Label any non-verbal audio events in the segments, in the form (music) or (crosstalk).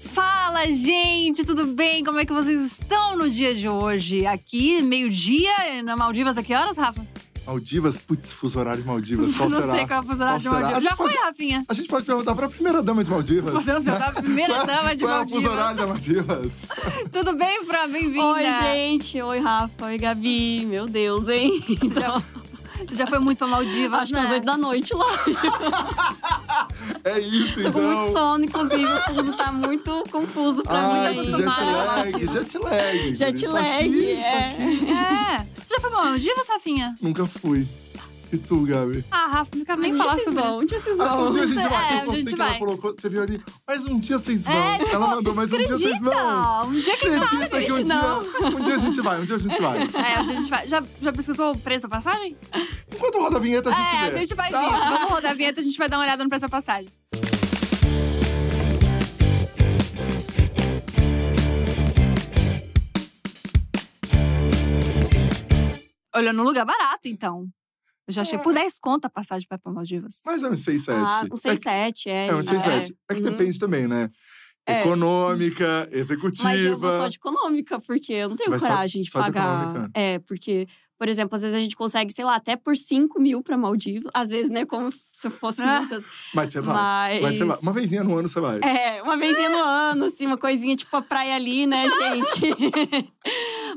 Fala, gente, tudo bem? Como é que vocês estão no dia de hoje? Aqui, meio-dia, na Maldivas, a que horas, Rafa? Maldivas? Putz, fuso horário de (laughs) Maldivas. Qual Não será? sei qual é o fuso horário de Qual será? Maldivas. A Já gente foi, pode- (laughs) Rafinha? A gente pode perguntar pra primeira dama de Maldivas. Meu Deus, eu tava a primeira Qual é- dama de Qual é o fuso horário Maldivas. da Maldivas? Tudo bem, Fran? Bem-vinda. Oi, gente. Oi, Rafa. Oi, Gabi. Meu Deus, hein? (laughs) Você já, você já foi muito pra tá Maldivas, Acho que né? às 8 da noite lá. (laughs) É isso, Tô então. com muito sono, inclusive. O fuso tá muito confuso pra Ai, que mim. ainda. jet acostumada, lag, jet lag. Jet Isso lag, aqui, isso é. aqui. É. Você já foi pra Maldivas, Rafinha? Nunca fui. E tu, Gabi? Ah, Rafa, não quero Mas nem um falar dia vocês sobre vão, isso. um dia vocês Ah, um vão. dia a gente É, vai. um Eu dia a gostei gente que ela vai. colocou, você viu ali, mas um dia vocês vão. É, tipo, ela mandou, mas um dia vocês vão. Acredita! Um dia que Acredita que um gente, dia, um dia a gente vai, um dia a (laughs) gente vai. É, um dia a gente vai. Já, já pesquisou o preço da passagem? Enquanto roda a vinheta, a gente é, vê. a gente faz Tá? isso. Vamos rodar a vinheta, a gente vai dar uma olhada no preço da passagem. Olhou num lugar barato, então. Eu já achei É. por 10 conto a passagem pra ir pra Maldivas. Mas é uns 6, 7. Ah, um 6, 7, é. É, um 6, é. 7. É que Uhum. depende também, né? É. Econômica, executiva. Mas eu vou só de econômica, porque eu não Você tenho vai só- coragem de só de pagar. econômica? é, porque, por exemplo, às vezes a gente consegue, sei lá, até por 5 mil pra Maldivas. Às vezes, né? Como se eu fosse Ah. muitas. Mas você vai. Mas. Mas você vai. Uma vezinha no ano você vai. É, uma vez no ano, assim, uma coisinha tipo a praia ali, né, gente? (laughs)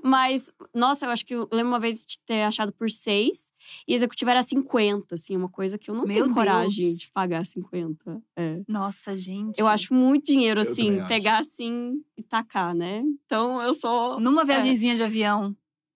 Mas, nossa, eu acho que eu lembro uma vez de ter achado por seis e a executiva era 50, assim, uma coisa que eu não Meu tenho Deus. coragem de pagar 50. É. Nossa, gente. Eu acho muito dinheiro, Eu também assim, acho. pegar assim e tacar, né? Então eu sou. É. Numa viagenzinha de avião.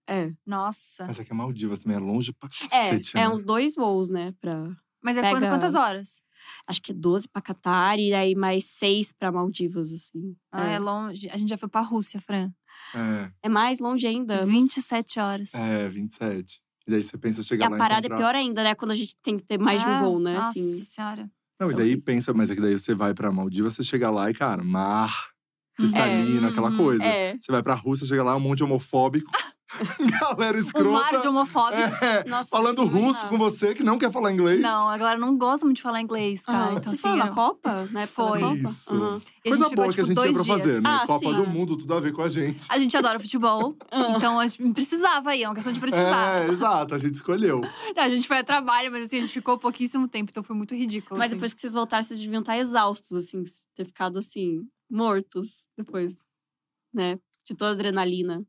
É. Nossa. Mas é que a Maldivas também é longe pra É, cacete, é né? uns dois voos, né? Pra, Mas é Pega- quanto- quantas horas? acho que é 12 pra Catar e aí mais seis pra Maldivas, assim. Ah, é é. longe. A gente já foi pra Rússia, Fran. É, É mais longe ainda. não 27 horas. é, 27. E daí você pensa E chegar a lá parada é encontrar... pior ainda, né? Quando a gente tem que ter mais de um Ah, voo, né? Nossa Assim. senhora. Não, e daí pensa, mas é que daí você vai pra Maldivas, você chega lá e, cara, mar, cristalino, É. aquela Hum, coisa. Hum. É. Você vai pra Rússia, chega lá, um monte de (laughs) homofóbico. (laughs) galera Um escrota. mar de homofóbicos. é, Nossa, falando não sei russo com imaginar. você, que não quer falar inglês. Não, a galera não gosta muito de falar inglês, cara. Ah, então, vocês assim, foram na eu- Copa? Na época Foi. da Copa? Isso. Aham. e Coisa gente ficou, boa que a tipo, gente tinha dois pra fazer, dias. né? Ah, Copa sim. do Mundo, tudo a ver com a gente. A gente adora futebol, então a gente precisava ir, é uma questão de precisar. É, exato, a gente escolheu. A gente foi a trabalho, mas assim, a gente ficou pouquíssimo tempo, então foi muito ridículo. Mas assim. depois que vocês voltaram, vocês deviam estar exaustos, assim. Ter ficado, assim, mortos depois. Né? De toda a adrenalina.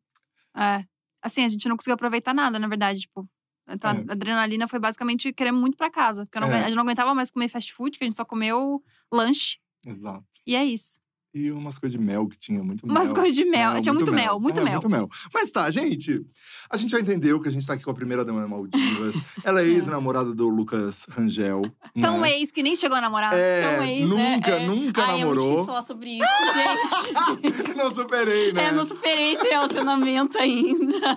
É. Assim, a gente não conseguiu aproveitar nada, na verdade, tipo. Então, É. a adrenalina foi basicamente querer muito pra casa. Porque eu não É. aguenta- a gente não aguentava mais comer fast food, que a gente só comeu lanche. Exato. E é isso. E umas coisas de mel que tinha, muito mel. Umas coisas de mel. É, Tinha muito mel, muito É, mel. Muito mel. Mas tá, gente, a gente já entendeu que a gente tá aqui com a primeira dama da Maldivas. (laughs) Ela é ex-namorada do Lucas Rangel. Tão né? ex que nem chegou a namorar. é. Então é isso, né? nunca, É. nunca Ai, é muito difícil namorou. falar sobre isso, gente. (laughs) não superei, (laughs) né? é, eu não superei esse relacionamento ainda.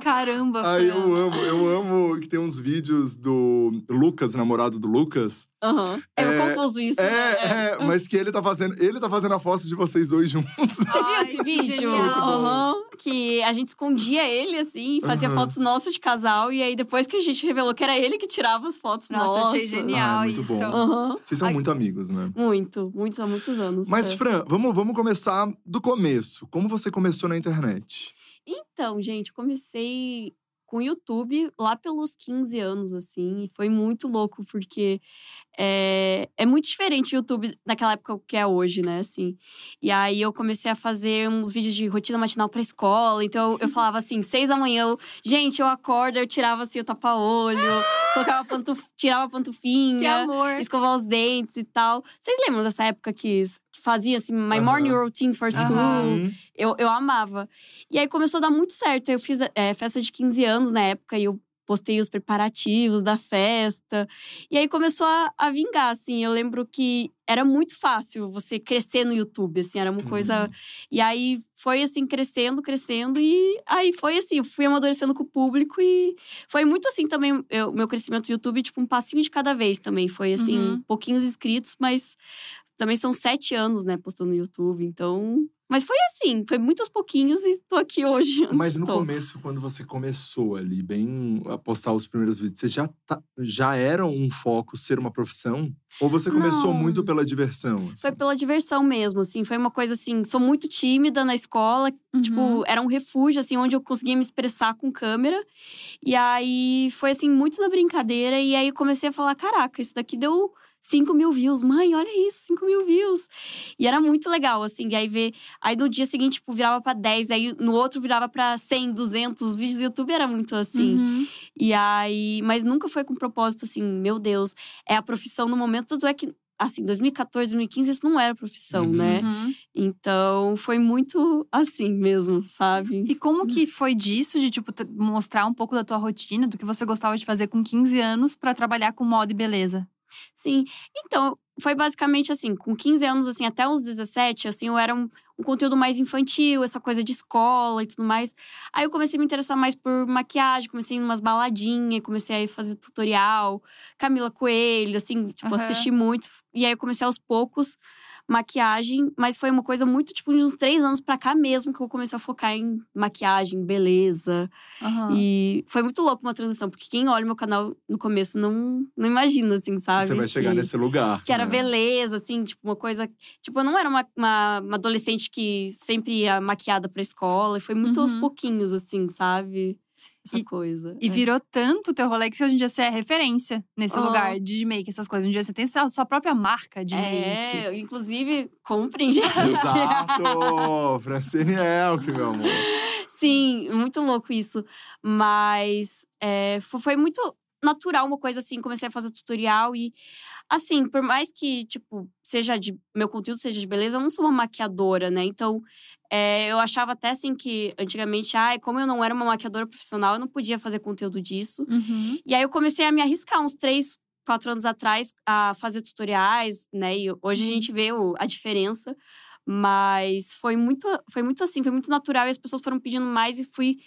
Caramba, Ai, Fran. eu amo, eu amo que tem uns vídeos do Lucas, namorado do Lucas. Aham. Eu É, confuso isso. né? É, é, mas que ele tá fazendo. Ele tá fazendo a foto de vocês dois juntos. (laughs) Você viu Ai, esse que vídeo? genial. Aham, Que a gente escondia ele, assim, e fazia Aham. fotos nossas de casal. E aí, depois que a gente revelou que era ele que tirava as fotos Nossa, nossas. achei genial Ah, muito isso. bom. Aham. Vocês são Ai. muito amigos, né? Muito, muito, há muitos anos. Mas, É. Fran, vamos, vamos começar do começo. Como você começou na internet? Então, gente, comecei com o YouTube lá pelos 15 anos, assim. E foi muito louco, porque é, é muito diferente o YouTube naquela época que é hoje, né, assim. E aí, eu comecei a fazer uns vídeos de rotina matinal pra escola. Então, eu falava assim, seis da manhã, eu, gente, eu acordo, eu tirava, assim, o tapa-olho. (laughs) colocava pantuf, tirava pantufinha Que amor. escovar os dentes e tal. Vocês lembram dessa época que, que fazia assim, my Aham. morning routine for school? Aham. Hum. Eu, eu amava. E aí começou a dar muito certo. Eu fiz é, festa de 15 anos na época e eu postei os preparativos da festa. E aí começou a, a vingar, assim. Eu lembro que era muito fácil você crescer no YouTube, assim, era uma coisa e aí foi assim, crescendo, crescendo, e aí foi assim, eu fui amadurecendo com o público e foi muito assim também o meu crescimento do YouTube, tipo, um passinho de cada vez também. Foi assim, Uhum. pouquinhos inscritos, mas Também são sete anos, né, postando no YouTube, então. Mas foi assim, foi muito aos pouquinhos e tô aqui hoje. Uhum. Mas no Tô. começo, quando você começou ali, bem a postar os primeiros vídeos, você já, tá- já era um foco ser uma profissão? Ou você começou Não. muito pela diversão? assim? Foi pela diversão mesmo, assim. Foi uma coisa assim, sou muito tímida na escola, Uhum. Tipo, era um refúgio, assim, onde eu conseguia me expressar com câmera. E aí foi, assim, muito na brincadeira. E aí comecei a falar: caraca, isso daqui deu 5 mil views. Mãe, olha isso, 5 mil views. E era muito legal, assim. E aí ver. Aí no dia seguinte, tipo, virava pra 10, aí no outro virava pra 100, 200 os vídeos do YouTube. Era muito assim. Uhum. E aí, mas nunca foi com propósito assim, meu Deus, é a profissão no momento, tanto é que, assim, 2014, 2015, isso não era profissão, Uhum. né? Uhum. Então, foi muito assim mesmo, sabe? E como que foi disso, de tipo, te- mostrar um pouco da tua rotina, do que você gostava de fazer com 15 anos pra trabalhar com moda e beleza? Sim. Então, foi basicamente assim, com 15 anos, assim, até uns 17, assim, eu era um, um conteúdo mais infantil, essa coisa de escola e tudo mais. Aí eu comecei a me interessar mais por maquiagem, comecei em umas baladinhas, comecei a ir fazer tutorial, Camila Coelho, assim, tipo, Aham. assisti muito. E aí eu comecei aos poucos maquiagem, mas foi uma coisa muito, tipo, de uns três anos pra cá mesmo que eu comecei a focar em maquiagem, beleza. Aham. E foi muito louco uma transição, porque quem olha meu canal no começo não, não imagina, assim, sabe? Você vai chegar que, nesse lugar. Que era né? beleza, assim, tipo, uma coisa. Tipo, eu não era uma, uma, uma adolescente que sempre ia maquiada pra escola, e foi muito aos Uhum. pouquinhos, assim, sabe? Essa E- coisa. E é. virou tanto o teu rolê que hoje em dia você é referência nesse Ah. lugar de make, essas coisas. Hoje em dia você tem sua sua própria marca de make. É, inclusive, comprem, gente. Exato! (laughs) Francine Elk, meu amor. Sim, muito louco isso. Mas é, fo- foi muito natural uma coisa assim. Comecei a fazer tutorial e, assim, por mais que, tipo, seja de. Meu conteúdo seja de beleza, eu não sou uma maquiadora, né? Então. é, eu achava até assim que antigamente, ai, como eu não era uma maquiadora profissional, eu não podia fazer conteúdo disso. Uhum. E aí eu comecei a me arriscar uns três, quatro anos atrás a fazer tutoriais, né? E hoje Uhum. a gente vê o- a diferença. Mas foi muito, foi muito assim, foi muito natural e as pessoas foram pedindo mais e fui.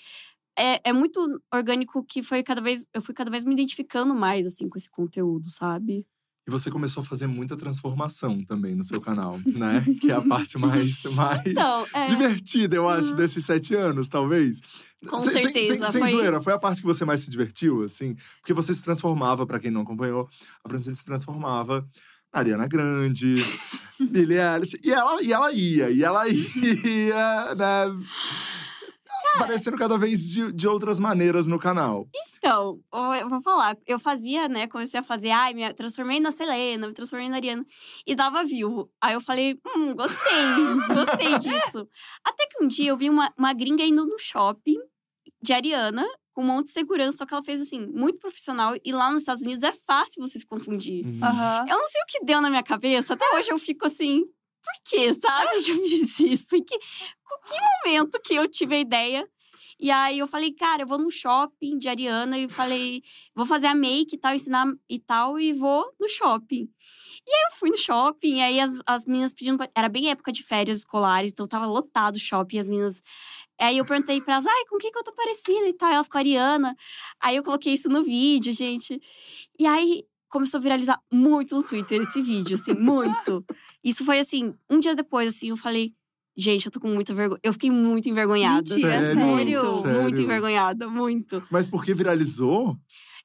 É, é muito orgânico que foi cada vez. Eu fui cada vez me identificando mais, assim, com esse conteúdo, sabe? E você começou a fazer muita transformação também no seu canal, né? Que é a parte mais, mais Então, é. Uhum. divertida, eu acho, desses sete anos, talvez. Com Sem- sem- certeza, Sem, sem foi- zoeira, foi a parte que você mais se divertiu, assim? Porque você se transformava, pra quem não acompanhou, a Francine se transformava. na Ariana (laughs) Grande, Billie Eilish. E ela, e ela ia, e ela ia, né? Aparecendo cada vez de, de outras maneiras no canal. Então, eu eu vou falar. Eu fazia, né? Comecei a fazer, ai, me transformei na Selena, me transformei na Ariana. E dava view. Aí eu falei, hum, gostei, gostei disso. Até que um dia eu vi uma, uma gringa indo no shopping de Ariana, com um monte de segurança, só que ela fez assim, muito profissional. E lá nos Estados Unidos é fácil você se confundir. Aham. Eu não sei o que deu na minha cabeça, até hoje eu fico assim, por que, sabe, que eu fiz isso? Em que, com que momento que eu tive a ideia? E aí eu falei, cara, eu vou no shopping de Ariana e falei, vou fazer a make e tal, ensinar e tal, e vou no shopping. E aí eu fui no shopping, e aí as, as meninas pedindo. pra- Era bem época de férias escolares, então tava lotado o shopping, e as meninas. Aí eu perguntei pra elas, ai, com quem que eu tô parecida e tal, elas com a Ariana. Aí eu coloquei isso no vídeo, gente. E aí começou a viralizar muito no Twitter esse vídeo, assim, (laughs) muito. Isso foi assim, um dia depois, assim, eu falei. Gente, eu tô com muita vergonha. Eu fiquei muito envergonhada. assim, Mentira, sério? Muito, Sério? muito envergonhada, muito. Mas porque viralizou,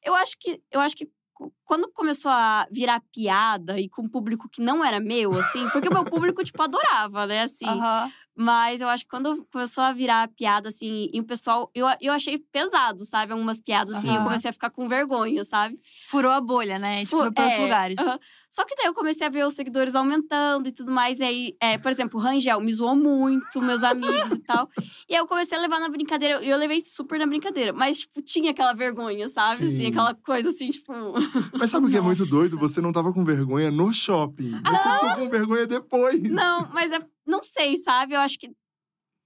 Eu acho que eu acho que co- quando começou a virar piada e com um público que não era meu, assim, porque o meu público, tipo, adorava, né, assim. Aham. Mas eu acho que quando começou a virar piada, assim, e o pessoal. Eu, eu achei pesado, sabe? Algumas piadas, assim, eu Aham. comecei a ficar com vergonha, sabe? Furou a bolha, né? Tipo, Fu- foi pra outros é, lugares. aham. Só que daí eu comecei a ver os seguidores aumentando e tudo mais. E aí, é, por exemplo, o Rangel me zoou muito, meus amigos e tal. E aí eu comecei a levar na brincadeira. E eu levei super na brincadeira. Mas, tipo, tinha aquela vergonha, sabe? Sim. Assim, aquela coisa assim, tipo. Mas sabe o que é muito Nossa. doido? Você não tava com vergonha no shopping. Você ficou com vergonha depois. Ah! (laughs) Não, mas é, não sei, sabe? Eu acho que.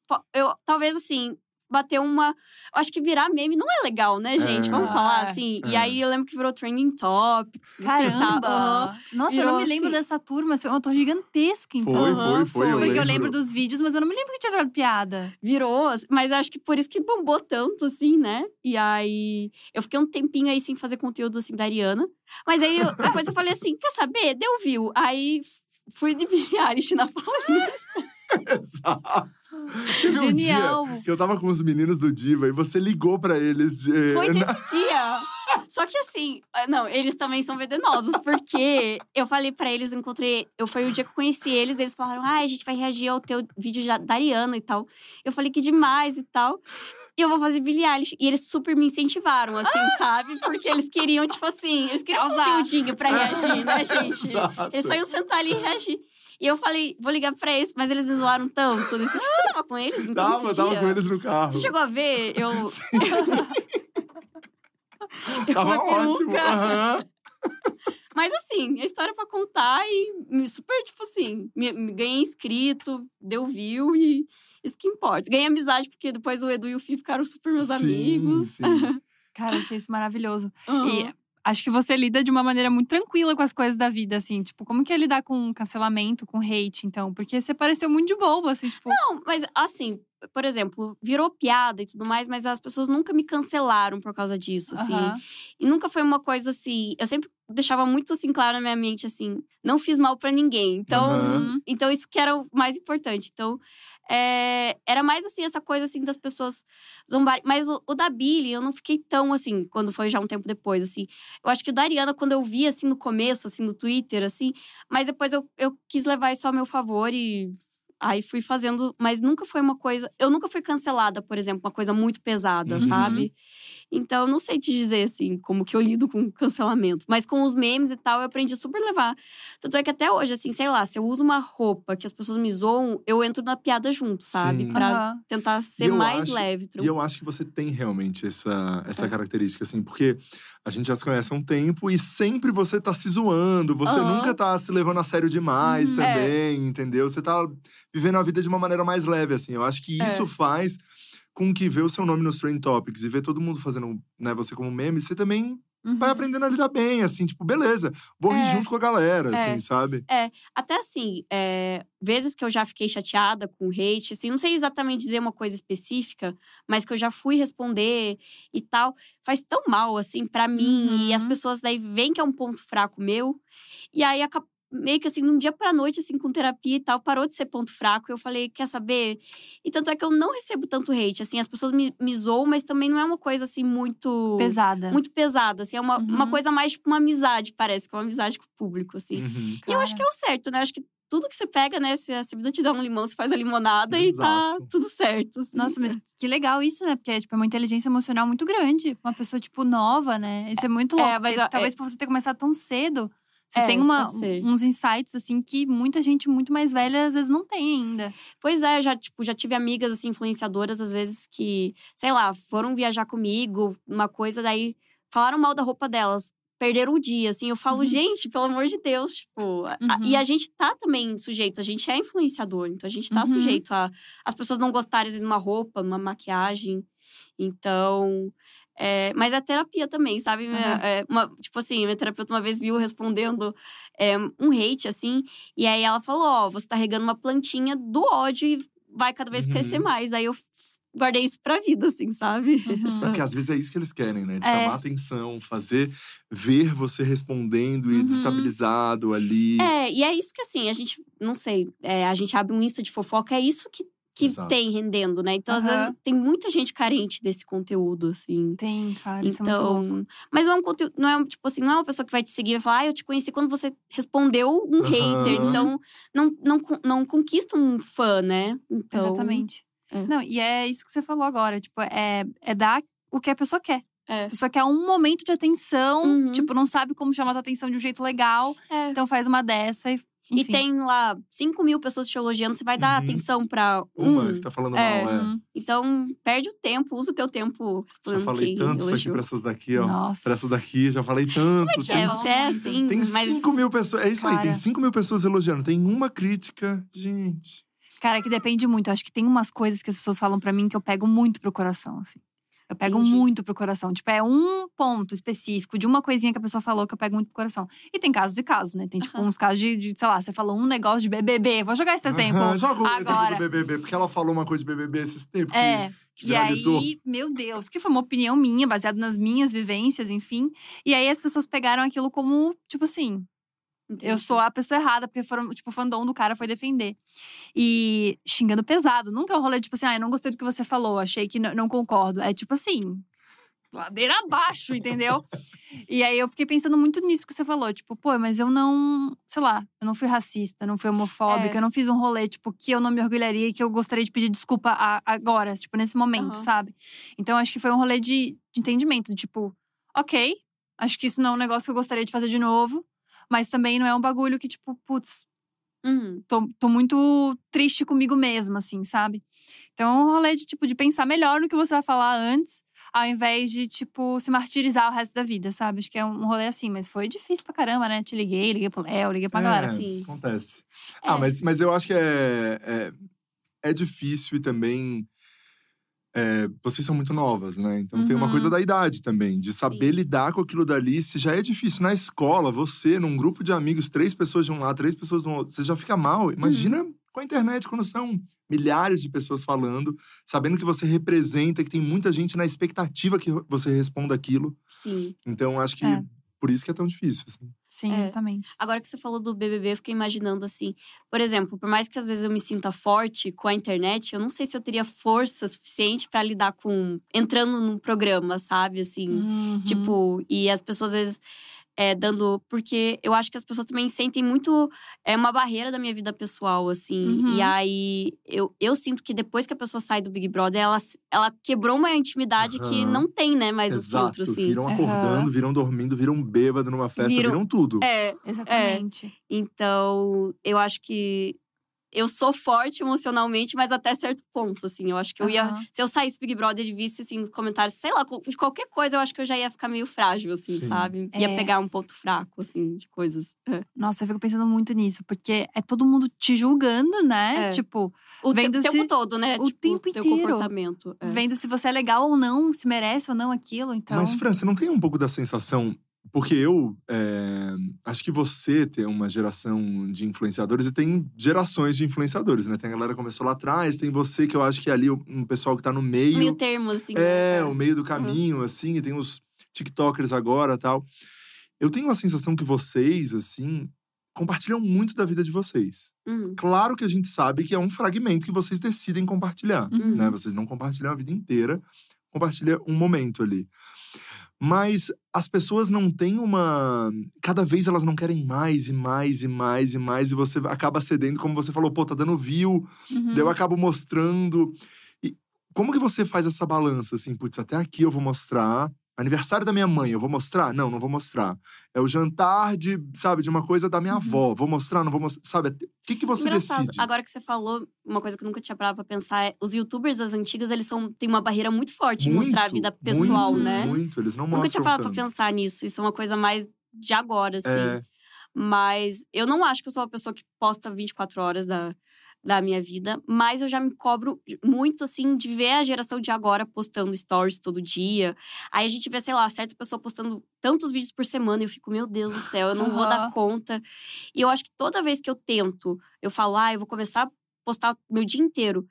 po- Eu, talvez assim, bater uma. Eu acho que virar meme não é legal, né, gente? É. Vamos falar assim. E É. aí eu lembro que virou trending topics. isso e tal. Aham. Caramba! Nossa, eu não Virou me lembro assim. dessa turma. Foi uma turma gigantesca, então. Foi, foi, foi. Aham, foi. Eu Porque lembro. eu lembro dos vídeos, mas eu não me lembro que tinha virado piada. Virou, mas acho que por isso que bombou tanto, assim, né? E aí eu fiquei um tempinho aí sem fazer conteúdo assim da Ariana. Mas aí eu- depois eu falei assim: quer saber? Deu view. Aí fui de (laughs) Billie Eilish na Paulista. Exato. Teve um dia Genial. que eu tava com os meninos do Diva e você ligou pra eles de... Foi nesse dia. Só que assim, ah, não, eles também são venenosos, porque (laughs) eu falei pra eles, eu encontrei. Eu foi o dia que eu conheci eles, eles falaram: ah, a gente vai reagir ao teu vídeo já- da Ariana e tal. Eu falei que demais e tal. E eu vou fazer Billie Eilish. E eles super me (laughs) incentivaram, assim, sabe? Porque eles queriam, tipo assim, eles queriam Causar. usar conteúdinho pra reagir, (laughs) né, gente? Exato. Eles só iam sentar ali e reagir. E eu falei, vou ligar pra eles, mas eles me zoaram tanto. Eles, Você tava com eles? Então, Tava, nesse tava dia? com eles no carro. Você chegou a ver? Eu. (laughs) (laughs) tava com a ótimo. peruca. aham. um Mas assim, a história pra contar e me- super, tipo assim, me, me ganhei inscrito, deu view e isso que importa. Ganhei amizade, porque depois o Edu e o Fih ficaram super meus Sim, amigos. sim. (laughs) Cara, achei isso maravilhoso. Uhum. E acho que você lida de uma maneira muito tranquila com as coisas da vida, assim. Tipo, como que é lidar com cancelamento, com hate, então? Porque você pareceu muito de boa, assim, tipo… Não, mas assim, por exemplo, virou piada e tudo mais, mas as pessoas nunca me cancelaram por causa disso, assim. aham. E nunca foi uma coisa assim. Eu sempre deixava muito assim claro na minha mente, assim, não fiz mal pra ninguém. Então, Aham. Uhum. então isso que era o mais importante. Então, é, era mais assim, essa coisa assim das pessoas zombarem. Mas o, o da Billy, eu não fiquei tão assim, quando foi já um tempo depois, assim. Eu acho que o da Ariana, quando eu vi assim no começo, assim, no Twitter, assim, mas depois eu, eu quis levar isso a meu favor e. Aí fui fazendo, mas nunca foi uma coisa. Eu nunca fui cancelada, por exemplo, uma coisa muito pesada, Uhum. sabe? Então, eu não sei te dizer, assim, como que eu (laughs) lido com cancelamento. Mas com os memes e tal, eu aprendi a super levar. Tanto é que até hoje, assim, sei lá, se eu uso uma roupa que as pessoas me zoam, eu entro na piada junto, sabe? Sim. Pra Aham. tentar E ser eu mais acho- leve. E tru- eu acho que você tem realmente essa, essa É. característica, assim, porque a gente já se conhece há um tempo e sempre você tá se zoando, você Aham. nunca tá se levando a sério demais Uhum. É. também, entendeu? Você tá vivendo a vida de uma maneira mais leve, assim. Eu acho que É. isso faz com que ver o seu nome nos Trend Topics e ver todo mundo fazendo né, você como meme, você também Uhum. vai aprendendo a lidar bem, assim, tipo, beleza, vou É. rir junto com a galera, É. assim, sabe? Até assim, é, vezes que eu já fiquei chateada com hate, assim, não sei exatamente dizer uma coisa específica, mas que eu já fui responder e tal, faz tão mal, assim, pra mim. E as Uhum. pessoas daí veem que é um ponto fraco meu. E aí aca- Meio que assim, de um dia pra noite, assim, com terapia e tal, parou de ser ponto fraco. Eu falei, quer saber? E tanto é que eu não recebo tanto hate, assim, as pessoas me, me zoam, mas também não é uma coisa assim muito. Pesada. Muito pesada, assim, é uma, uma Uhum. coisa mais tipo uma amizade, parece, que é uma amizade com o público, assim. Uhum. E eu acho que é o certo, né? Eu acho que tudo que você pega, né? Se a vida te dá um limão, você faz a limonada e Exato. tá tudo certo. assim. Nossa, mas que legal isso, né? Porque tipo, é uma inteligência emocional muito grande. Uma pessoa, tipo, nova, né? Isso é muito É, louco. mas, porque ó, talvez por você ter começado tão cedo, você É, tem uma, um, pode ser. uns insights, assim, que muita gente muito mais velha às vezes não tem ainda. Pois é, eu já, tipo, já tive amigas, assim, influenciadoras, às vezes, que, sei lá, foram viajar comigo, uma coisa, daí falaram mal da roupa delas. Perderam o dia, assim. Eu falo, Uhum. gente, pelo amor de Deus, tipo. a- Uhum. e a gente tá também sujeito, a gente é influenciador, então a gente tá Uhum. sujeito a as pessoas não gostarem, às vezes, de uma roupa, numa maquiagem. Então. é, mas é terapia também, sabe? Minha- Uhum. é, uma- tipo assim, minha terapeuta uma vez viu respondendo é, um hate, assim. E aí ela falou: Ó, você tá regando uma plantinha do ódio e vai cada vez Uhum. crescer mais. Daí eu f- guardei isso pra vida, assim, sabe? Uhum. Essa- Porque às vezes é isso que eles querem, né? De É. chamar atenção, fazer, ver você respondendo e Uhum. destabilizado ali. É, e é isso que assim, a gente, não sei, é, a gente abre um Insta de fofoca, é isso que, que Exato. tem rendendo, né? Então, às Aham. vezes, tem muita gente carente desse conteúdo, assim. Tem, cara. Isso é muito louco. Então, mas não é um conteúdo, não é um, tipo assim, não é uma pessoa que vai te seguir e vai falar, ah, eu te conheci quando você respondeu um Aham. hater. Então, não, não, con- não conquista um fã, né? Então, Exatamente. é. Não, e é isso que você falou agora. Tipo, é, é dar o que a pessoa quer. É. A pessoa quer um momento de atenção. Uhum. Tipo, não sabe como chamar tua atenção de um jeito legal. É. Então faz uma dessa e… E enfim. tem lá 5 mil pessoas te elogiando, você vai dar Uhum. atenção pra um. Hum. Uma que tá falando É. mal, é. Uhum. Então, perde o tempo, usa o teu tempo Já respondendo falei quem tanto isso aqui elogiou. pra essas daqui, ó. Nossa. Pra essas daqui, já falei tanto. que tem- É, Pelo você é amor de assim, Tem mas… 5 mil pessoas. É isso aí, tem Cara. 5 mil pessoas elogiando. Tem uma crítica. Gente. Cara, é que depende muito. Eu acho que tem umas coisas que as pessoas falam pra mim que eu pego muito pro coração, assim. Eu pego Entendi. muito pro coração. Tipo, é um ponto específico de uma coisinha que a pessoa falou que eu pego muito pro coração. E tem casos e casos, né? Tem, tipo, Aham. uns casos de, de, sei lá, você falou um negócio de BBB. Vou jogar esse exemplo. Aham, (laughs) Joga o exemplo agora. do BBB, porque ela falou uma coisa de BBB esses tempos. que- É. Que E viralizou. aí, meu Deus, que foi uma opinião minha, baseada nas minhas vivências, enfim. E aí as pessoas pegaram aquilo como, tipo assim. Eu sou a pessoa errada, porque foram, tipo, o fandom do cara foi defender. E xingando pesado. Nunca é um rolê, tipo assim, ah, eu não gostei do que você falou, achei que n- não concordo. É tipo assim, ladeira abaixo, entendeu? E aí eu fiquei pensando muito nisso que você falou. Tipo, pô, mas eu não, sei lá, eu não fui racista, não fui homofóbica, É. eu não fiz um rolê, tipo, que eu não me orgulharia e que eu gostaria de pedir desculpa a- agora, tipo, nesse momento, Aham. sabe? Então acho que foi um rolê de, de entendimento, tipo, ok, acho que isso não é um negócio que eu gostaria de fazer de novo. Mas também não é um bagulho que, tipo, putz, Uhum. tô, tô muito triste comigo mesma, assim, sabe? Então é um rolê de, tipo, de pensar melhor no que você vai falar antes, ao invés de, tipo, se martirizar o resto da vida, sabe? Acho que é um rolê assim, mas foi difícil pra caramba, né? Te liguei, liguei pro Léo, liguei pra galera. É, Assim. sim. Acontece. Ah, É. mas, mas eu acho que é, é, é difícil e também. é, vocês são muito novas, né? Então tem uma Uhum. coisa da idade também, de saber lidar com aquilo dali. Se já é difícil na escola, você, num grupo de amigos, três pessoas de um lado, três pessoas do outro, você já fica mal. Imagina Hum. com a internet, quando são milhares de pessoas falando, sabendo que você representa, que tem muita gente na expectativa que você responda aquilo. Sim. Então acho que É. por isso que é tão difícil. assim. Sim, É. exatamente. Agora que você falou do BBB, eu fiquei imaginando assim. Por exemplo, por mais que às vezes eu me sinta forte com a internet, eu não sei se eu teria força suficiente pra lidar com. entrando num programa, sabe? Assim. Tipo, Tipo, e as pessoas às vezes é, dando. Porque eu acho que as pessoas também sentem muito. É uma barreira da minha vida pessoal, assim. Uhum. E aí eu, eu sinto que depois que a pessoa sai do Big Brother, ela, se- ela quebrou uma intimidade que Aham. não tem, né? Mais os Exato. outros, assim. Viram acordando, viram dormindo, viram bêbado numa festa, Viram- viram tudo. É. exatamente. Então, eu acho que. Eu sou forte emocionalmente, mas até certo ponto, assim. Eu acho que eu ia. Aham. Se eu saísse do Big Brother e visse, assim, nos comentários, sei lá, de qualquer coisa, eu acho que eu já ia ficar meio frágil, assim, Sim. sabe? Ia É. pegar um ponto fraco, assim, de coisas. É. Nossa, eu fico pensando muito nisso, porque é todo mundo te julgando, né? É. Tipo, O te- Vendo se- tempo todo, né? o tipo, tempo teu inteiro. comportamento. É. vendo se você é legal ou não, se merece ou não aquilo. Então. Mas, Fran, você não tem um pouco da sensação. Porque eu é, acho que você tem uma geração de influenciadores e tem gerações de influenciadores, né? Tem a galera que começou lá atrás, tem você que eu acho que é ali um- um pessoal que tá no meio. Meio termo, assim. né? é, o meio do caminho, assim, e tem os TikTokers agora tal. Eu tenho a sensação que vocês, assim, compartilham muito da vida de vocês. Uhum. Claro que a gente sabe que é um fragmento que vocês decidem compartilhar Uhum. né? Vocês não compartilham a vida inteira, compartilha um momento ali. Mas as pessoas não têm uma. Cada vez elas não querem mais e mais e mais e mais, e você acaba cedendo, como você falou, pô, tá dando view, Uhum. daí eu acabo mostrando. E como que você faz essa balança assim? Putz, até aqui eu vou mostrar. Aniversário da minha mãe, eu vou mostrar? Não, não vou mostrar. É o jantar de, sabe, de uma coisa da minha Uhum. avó. Vou mostrar, não vou mostrar. Sabe, até- o que, que você Engraçado. decide? Agora que você falou, uma coisa que eu nunca tinha parado pra pensar é: os youtubers das antigas, eles são, têm uma barreira muito forte em mostrar a vida muito, pessoal, muito, né? Muito, eles não Nunca tinha mostram parado pra tanto. pensar nisso. Isso é uma coisa mais de agora, assim. É, Mas eu não acho que eu sou uma pessoa que posta 24 horas da, da minha vida. Mas eu já me cobro muito, assim, de ver a geração de agora postando stories todo dia. Aí a gente vê, sei lá, certa pessoa postando tantos vídeos por semana. E eu fico, meu Deus do céu, eu não vou dar Aham. conta. E eu acho que toda vez que eu tento, eu falo, ah, eu vou começar a postar meu dia inteiro.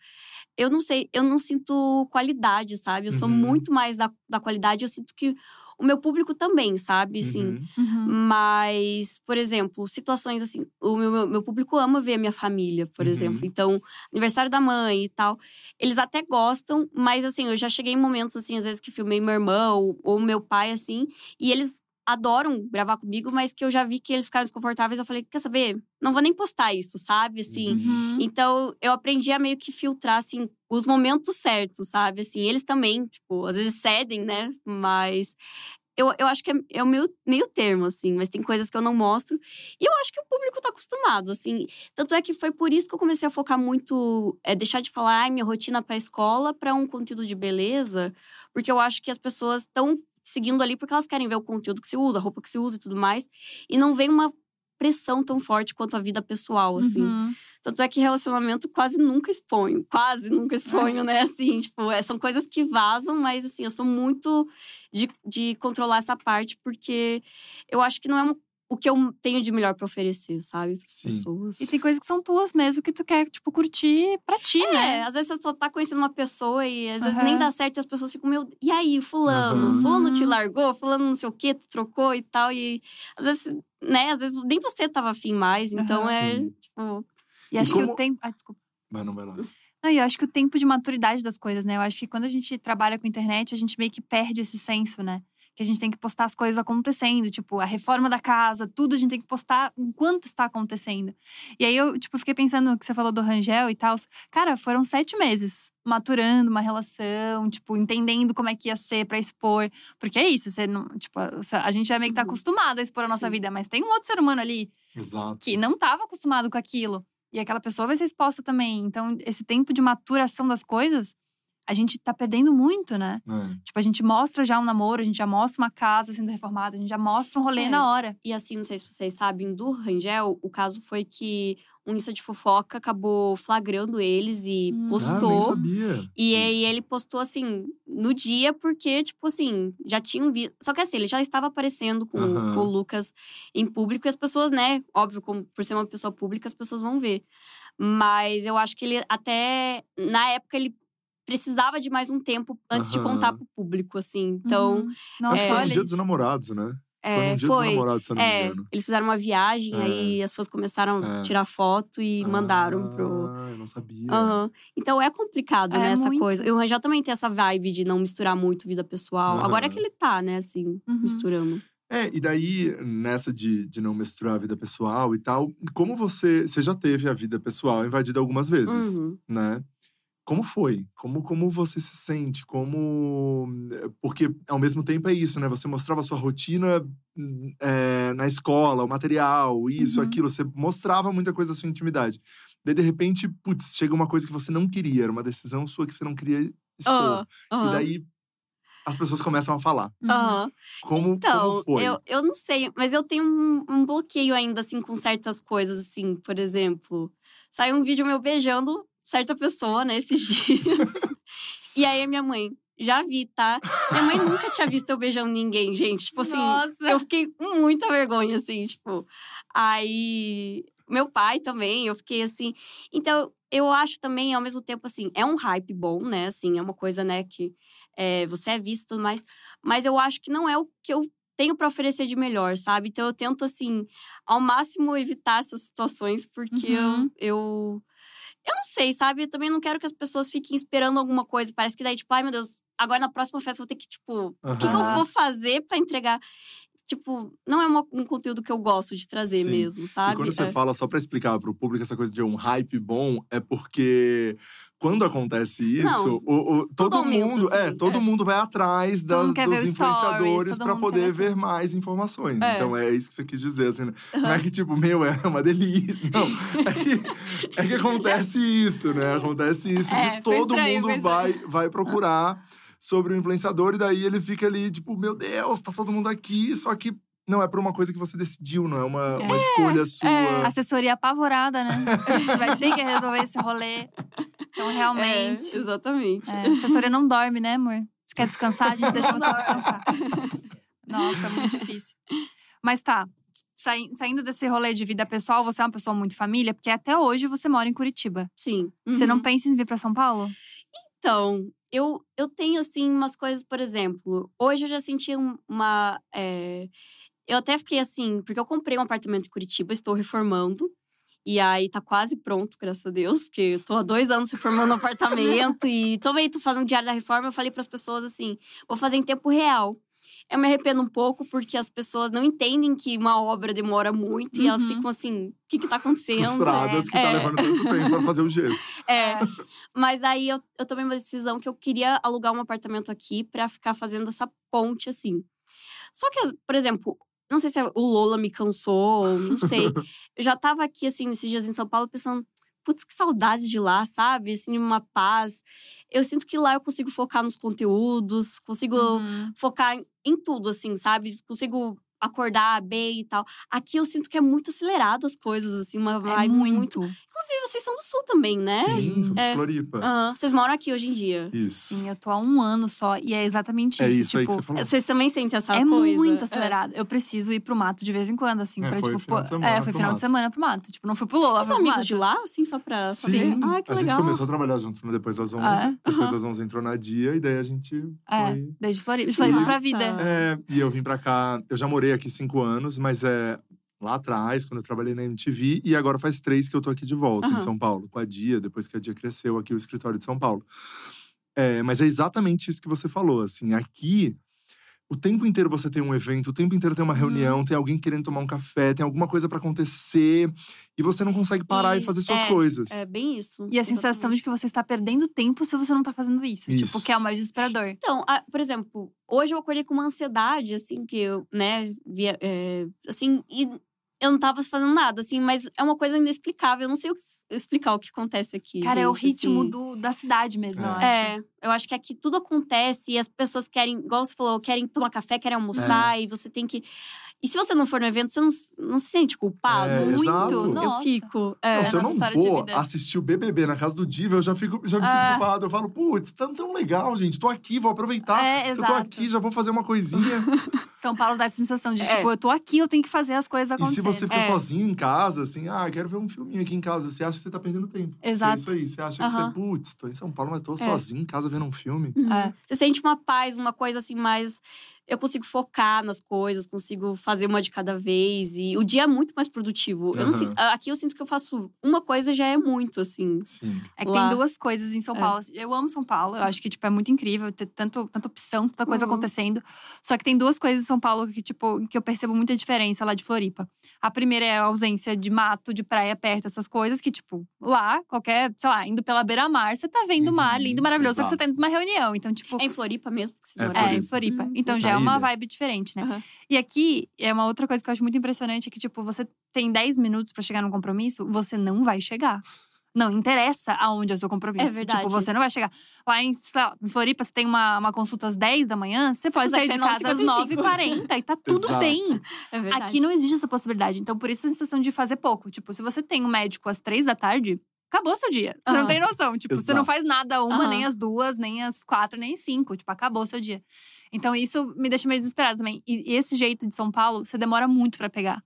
Eu não sei, eu não sinto qualidade, sabe? Eu sou Uhum. muito mais da, da qualidade. Eu sinto que o meu público também, sabe? Assim, uhum. Uhum. mas, por exemplo, situações assim. O meu, meu- meu público ama ver a minha família, por Uhum. exemplo. Então, aniversário da mãe e tal. Eles até gostam, mas assim, eu já cheguei em momentos assim, às vezes que filmei meu irmão ou, ou meu pai, assim, e eles adoram gravar comigo, mas que eu já vi que eles ficaram desconfortáveis. Eu falei, quer saber? Não vou nem postar isso, sabe? Assim. Uhum. Então, eu aprendi a meio que filtrar, assim, os momentos certos, sabe? Assim, eles também, tipo, às vezes cedem, né? Mas eu, eu acho que é, é o meu meio termo, assim. Mas tem coisas que eu não mostro. E eu acho que o público tá acostumado, assim. Tanto é que foi por isso que eu comecei a focar muito… É, deixar de falar, ai, minha rotina pra escola, pra um conteúdo de beleza. Porque eu acho que as pessoas estão seguindo ali porque elas querem ver o conteúdo que se usa, a roupa que se usa e tudo mais. E não vem uma pressão tão forte quanto a vida pessoal, assim. Uhum. Tanto é que relacionamento quase nunca exponho. Quase nunca (laughs) exponho, né? Assim, tipo, é, são coisas que vazam, mas assim, eu sou muito de, de controlar essa parte, porque eu acho que não é uma o que eu tenho de melhor pra oferecer, sabe? Para Sim. pessoas. E tem coisas que são tuas mesmo, que tu quer, tipo, curtir pra ti, É, né? às vezes você só tá conhecendo uma pessoa e às vezes Aham. nem dá certo e as pessoas ficam, meu, e aí, fulano? Aham. Uhum. Fulano te largou, fulano não sei o quê, te trocou e tal. E às vezes, né, às vezes nem você tava afim mais, então Aham. é, Sim. tipo, E E acho que o como- tempo. Ah, desculpa. Mas não vai lá. Não, e eu acho que o tempo de maturidade das coisas, né? Eu acho que quando a gente trabalha com internet, a gente meio que perde esse senso, né? Que a gente tem que postar as coisas acontecendo, tipo, a reforma da casa, tudo a gente tem que postar enquanto está acontecendo. E aí eu, tipo, fiquei pensando no que você falou do Rangel e tal. Cara, foram sete meses maturando uma relação, tipo, entendendo como é que ia ser pra expor. Porque é isso, você não. Tipo, a gente já meio que tá Uhum. acostumado a expor a nossa Sim. vida, mas tem um outro ser humano ali Exato. É. que não estava acostumado com aquilo. E aquela pessoa vai ser exposta também. Então, esse tempo de maturação das coisas, a gente tá perdendo muito, né? É. Tipo, a gente mostra já um namoro, a gente já mostra uma casa sendo reformada, a gente já mostra um rolê É. na hora. E assim, não sei se vocês sabem, do Rangel, o caso foi que um Insta de fofoca acabou flagrando eles e Hum. Ah, nem postou. sabia. E aí Isso. ele postou assim, no dia, porque, tipo assim, já tinham visto. Só que assim, ele já estava aparecendo com, Aham. com o Lucas em público, e as pessoas, né? Óbvio, como por ser uma pessoa pública, as pessoas vão ver. Mas eu acho que ele até. Na época, ele precisava de mais um tempo antes de Aham. contar pro público, assim. Então, Uhum. Acho nossa, que foi no olha. dia dos isso. namorados, né? foi é, no dia dos foi. namorados, se eu não me É, engano. eles fizeram uma viagem, É. aí as pessoas começaram a É. tirar foto e mandaram pro. Ah, eu não sabia. Aham. Então é complicado, É né, essa muito. coisa. E o Rangel também tem essa vibe de não misturar muito vida pessoal. Aham. Agora é que ele tá, né, assim, Uhum. misturando. É, e daí, nessa de, de não misturar a vida pessoal e tal, como você, você já teve a vida pessoal invadida algumas vezes, Uhum. né? Como foi? Como, como você se sente? Como. Porque, ao mesmo tempo, é isso, né? Você mostrava a sua rotina hum, é, na escola, o material, isso, Uhum. aquilo. Você mostrava muita coisa da sua intimidade. Daí, de repente, putz, chega uma coisa que você não queria, era uma decisão sua que você não queria expor. Aham, aham, E daí, as pessoas começam a falar. Uhum. aham. Como, Então, como foi? Eu, eu não sei, mas eu tenho um, um bloqueio ainda, assim, com certas coisas, assim, por exemplo. Saiu um vídeo meu beijando certa pessoa, né, esses (laughs) dias. e aí a minha mãe, já vi, tá? Minha mãe nunca tinha visto eu beijando ninguém, gente. Tipo assim, Nossa. eu fiquei com muita vergonha, assim, tipo. Aí. Meu pai também, eu fiquei assim. Então, eu acho também, ao mesmo tempo, assim, é um hype bom, né? Assim, é uma coisa, né, que é, você é visto e tudo mais. Mas eu acho que não é o que eu tenho pra oferecer de melhor, sabe? Então, eu tento, assim, ao máximo evitar essas situações, porque Uhum. eu. eu eu não sei, sabe? Eu também não quero que as pessoas fiquem esperando alguma coisa. Parece que daí, tipo, ai meu Deus, agora na próxima festa eu vou ter que, tipo, o que, que eu Ah. Aham. vou fazer pra entregar? Tipo, não é uma- um conteúdo que eu gosto de trazer Sim. mesmo, E sabe? quando né? você É. fala, só pra explicar pro público essa coisa de um hype bom, é porque quando acontece Não, isso, o- o- todo aumenta, mundo, é, assim, todo é. mundo vai atrás Todo das, mundo quer ver dos o stories, influenciadores todo pra mundo quer poder ver ver mais informações. É. Então é isso que você quis dizer, assim. né? Não é que tipo, meu, é uma delícia. (laughs) Não, é (laughs) que, é que acontece isso, né? Acontece isso É, de foi todo estranho, foi mundo vai, vai procurar sobre o influenciador e daí ele fica ali, tipo, meu Deus, tá todo mundo aqui, só que não é por uma coisa que você decidiu, não é uma, uma escolha sua. Assessoria apavorada, né? (laughs) vai ter que resolver esse rolê. Então, realmente. É, exatamente. É, assessoria não dorme, né, amor? Você quer descansar? A gente deixa você descansar. Nossa, muito difícil. Mas tá, saí- saindo desse rolê de vida pessoal, você é uma pessoa muito família, porque até hoje você mora em Curitiba. Sim. Você não Uhum. pensa em vir pra São Paulo? Então, eu, eu tenho, assim, umas coisas, por exemplo, hoje eu já senti um- uma. é, eu até fiquei assim, porque eu comprei um apartamento em Curitiba, estou reformando. E aí tá quase pronto, graças a Deus, porque eu tô há dois anos reformando o apartamento e também tô fazendo diário da reforma. Eu falei para as pessoas assim: vou fazer em tempo real. Eu me arrependo um pouco porque as pessoas não entendem que uma obra demora muito e elas Uhum. ficam assim: o que que tá acontecendo? Frustradas que tá É. levando tanto tempo pra (laughs) fazer o gesso. É. Mas daí eu, eu tomei uma decisão que eu queria alugar um apartamento aqui pra ficar fazendo essa ponte, assim. Só que, as- por exemplo, não sei se o Lola me cansou, ou não (laughs) sei. eu já tava aqui, assim, nesses dias em São Paulo, pensando. Putz, que saudade de lá, sabe? Assim, uma paz. Eu sinto que lá eu consigo focar nos conteúdos, consigo Uhum. focar em- em tudo, assim, sabe? Consigo acordar bem e tal. Aqui eu sinto que é muito acelerado as coisas, assim, uma É vibe muito muito. Inclusive, vocês são do sul também, né? Sim, sou de É. Floripa. Aham, Vocês moram aqui hoje em dia. Isso. Sim, eu tô há um ano só e é exatamente isso. É isso aí tipo, que você falou. Vocês também sentem essa é coisa? muito acelerado. Eu preciso ir pro mato de vez em quando, assim, É, pra, foi tipo, final de pô- semana É, foi pro final mato. de semana pro mato. Tipo, não fui pro Lola, foi Vocês são pro amigos mato. de lá, assim, só pra saber? Sim, Ah, que a gente legal. começou a trabalhar junto no Depois das 11. Ah, é? Depois Aham. das 11 entrou na dia e daí a gente É. foi. Desde Floripa, de Floripa pra Massa. vida. É, e eu vim pra cá. Eu já morei aqui cinco anos, mas é lá atrás, quando eu trabalhei na MTV, e agora faz três que eu tô aqui de volta em Aham. São Paulo, com a Dia, depois que a Dia cresceu aqui o escritório de São Paulo. É, mas é exatamente isso que você falou, assim, aqui. O tempo inteiro você tem um evento, o tempo inteiro tem uma reunião, tem alguém querendo tomar um café, tem alguma coisa pra acontecer, e você não consegue parar e, E- fazer suas é, coisas. É bem isso. E a sensação de que você está perdendo tempo se você não tá fazendo isso. Isso. Tipo, que é o mais desesperador. Então, a- por exemplo, hoje eu acordei com uma ansiedade, assim, que eu, né, via, é, assim, e eu não tava fazendo nada, assim, mas é uma coisa inexplicável. Eu não sei o que s- explicar o que acontece aqui. Cara, é o gente, ritmo assim. do, da cidade mesmo, eu É. acho. É, eu acho que aqui tudo acontece e as pessoas querem, igual você falou, querem tomar café, querem almoçar É. e você tem que. E se você não for no evento, você não, s- não se sente culpado? É, muito. exato. Eu Nossa. fico. É. Não, se eu nossa não história de vou vida. assistir o BBB na casa do Diva, eu já, fico, já me sinto Ah. culpado. Eu falo, putz, tão, tão legal, gente. Tô aqui, vou aproveitar. É, Tá, eu tô exato. aqui, já vou fazer uma (laughs) coisinha. São Paulo dá essa sensação de, É. tipo, eu tô aqui, eu tenho que fazer as coisas e se acontecerem. você fica É. sozinho em casa, assim, ah, quero ver um filminho aqui em casa, você acha que você tá perdendo tempo. É Exato. isso aí. Você acha que Aham. você, putz, tô em São Paulo, mas tô sozinho em casa vendo um filme. Uhum. É. Você sente uma paz, uma coisa assim, mais. Eu consigo focar nas coisas, consigo fazer uma de cada vez. E o dia é muito mais produtivo. Eu não Aham. sinto- a- aqui eu sinto que eu faço uma coisa já é muito, assim. Sim. É que Lá. tem duas coisas em São É. Paulo. assim, Eu amo São Paulo, eu acho que tipo, é muito incrível ter tanto, tanta opção, tanta coisa Uhum. acontecendo. Só que tem duas coisas em São Paulo que, tipo, que eu percebo muita diferença lá de Floripa. A primeira é a ausência de mato, de praia perto, essas coisas que, tipo, lá, qualquer, sei lá, indo pela beira-mar, você tá vendo o mar, Uhum, lindo, maravilhoso, só que você exato. tá indo pra uma reunião. Então, tipo. É em Floripa mesmo que vocês É, moram? É, em Floripa. Hum, Então já é na uma ilha. vibe diferente, né? Aham. E aqui é uma outra coisa que eu acho muito impressionante: é que, tipo, você tem 10 minutos pra chegar num compromisso, você não vai chegar. Não interessa aonde é o seu compromisso. É verdade. Tipo, você não vai chegar. Lá em, sei lá, em Floripa, você tem uma, uma consulta às 10 da manhã, você pode quiser sair de sair casa às 9h55. 9h40 e tá tudo Exato. bem. É verdade. Aqui não existe essa possibilidade. Então, por isso a sensação de fazer pouco. Tipo, se você tem um médico às 3 da tarde. Acabou seu dia. Você Aham. não tem noção. Tipo, você não Exato. faz nada uma, Aham. nem as duas, nem as quatro, nem cinco. Tipo, acabou seu dia. Então, isso me deixa meio desesperada também. E e esse jeito de São Paulo, você demora muito pra pegar.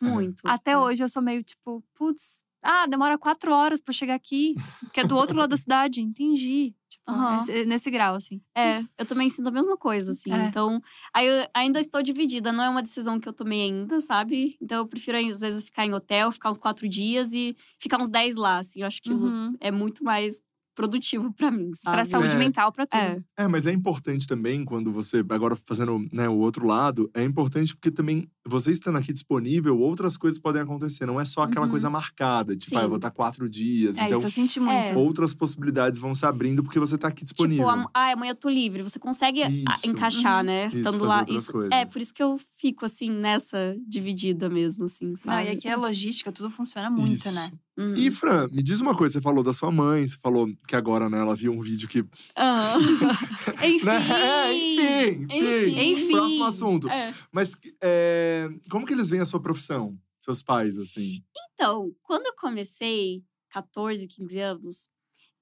Muito. Até É. hoje eu sou meio tipo, putz, ah, demora quatro horas pra chegar aqui, que é do outro lado da cidade. Entendi. Tipo, Aham. esse- nesse grau, assim. É, eu também sinto a mesma coisa, assim. É. Então, aí eu ainda estou dividida. Não é uma decisão que eu tomei ainda, sabe? Então, eu prefiro, às vezes, ficar em hotel, ficar uns quatro dias e ficar uns dez lá, assim. Eu acho que o Uhum. é muito mais produtivo pra mim, sabe? Pra saúde É. mental, pra tudo. É. É, mas é importante também quando você, agora fazendo né, o outro lado, é importante porque também você estando aqui disponível, outras coisas podem acontecer. Não é só aquela Uhum. coisa marcada, tipo, Sim. ah, eu vou estar quatro dias. É, então, isso eu senti muito. É. outras possibilidades vão se abrindo porque você tá aqui disponível. Tipo, am- ah, amanhã eu tô livre. Você consegue a- Isso. encaixar, Uhum. né? Isso, Estando fazer lá. outras coisas. É, por isso que eu fico, assim, nessa dividida mesmo, assim, Não, sabe? e aqui a logística, tudo funciona muito, Isso. né? Uhum. E, Fran, me diz uma coisa. Você falou da sua mãe, você falou que agora, né, ela viu um vídeo que… (laughs) Aham. (laughs) Enfim! Né? É, enfim, enfim, Enfim. Próximo assunto. É. Mas é, como que eles veem a sua profissão? Seus pais, assim. Então, quando eu comecei, 14, 15 anos…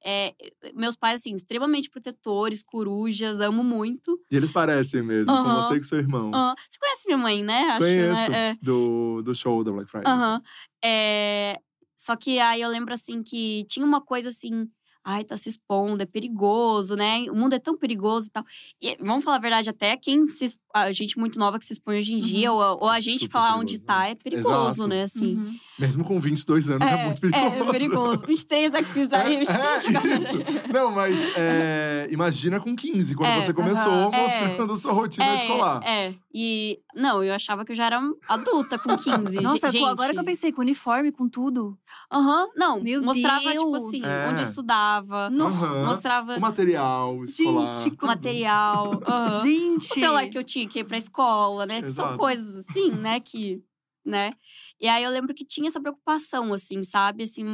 é, meus pais, assim, extremamente protetores, corujas, amo muito. E eles parecem mesmo, com Aham. você e com seu irmão. Ah, você conhece minha mãe, né? Acho, Hum. Conheço. né? É. Do, do show da Black Friday. Aham. É, Só que aí eu lembro assim que tinha uma coisa assim. Ai, tá se expondo, é perigoso, né? O mundo é tão perigoso e tal. E vamos falar a verdade, até quem se exp- a gente muito nova que se expõe hoje em dia, ou, ou a É gente super falar perigoso, onde tá, é perigoso, Exato. né? Assim. Uhum. Mesmo com 22 anos, é, muito perigoso. É, é perigoso. 23 da crise daí, 23 (laughs) da É, isso. Não, mas é, imagina com 15, quando É, você começou aham, é. mostrando sua rotina escolar. É, é. E. Não, eu achava que eu já era um adulta (laughs) com 15. Nossa, gente. pô, agora que eu pensei, com uniforme, com tudo. Aham, não. Meu mostrava, tipo Deus. assim, É. onde eu estudava. Aham. Mostrava. O material escolar. Gente, com material. aham. Gente! O celular que eu tinha que ir pra escola, né? Que são Exato. coisas assim, né? Que. Né? E aí eu lembro que tinha essa preocupação, assim, sabe? Assim,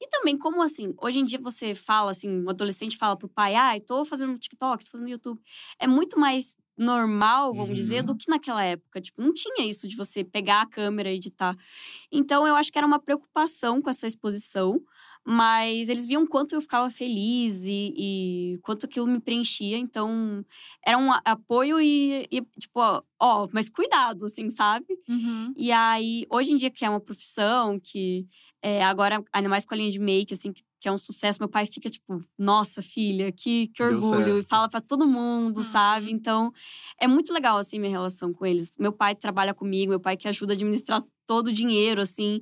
e também, como assim, hoje em dia você fala assim, um adolescente fala pro pai, ai, tô fazendo TikTok, tô fazendo YouTube. É muito mais normal, vamos Uhum. dizer, do que naquela época. Tipo, não tinha isso de você pegar a câmera e editar. Então, eu acho que era uma preocupação com essa exposição. Mas eles viam quanto eu ficava feliz e, e quanto aquilo me preenchia. Então, era um a- apoio e, e, tipo, ó, ó, mas cuidado, assim, sabe? Uhum. E aí, hoje em dia, que é uma profissão, que é, agora, ainda mais com a linha de make, assim, que, que é um sucesso, meu pai fica tipo, nossa, filha, que, que Deu orgulho. E certo. fala pra todo mundo, Uhum. sabe? Então, é muito legal, assim, minha relação com eles. Meu pai trabalha comigo, meu pai que ajuda a administrar todo o dinheiro, assim.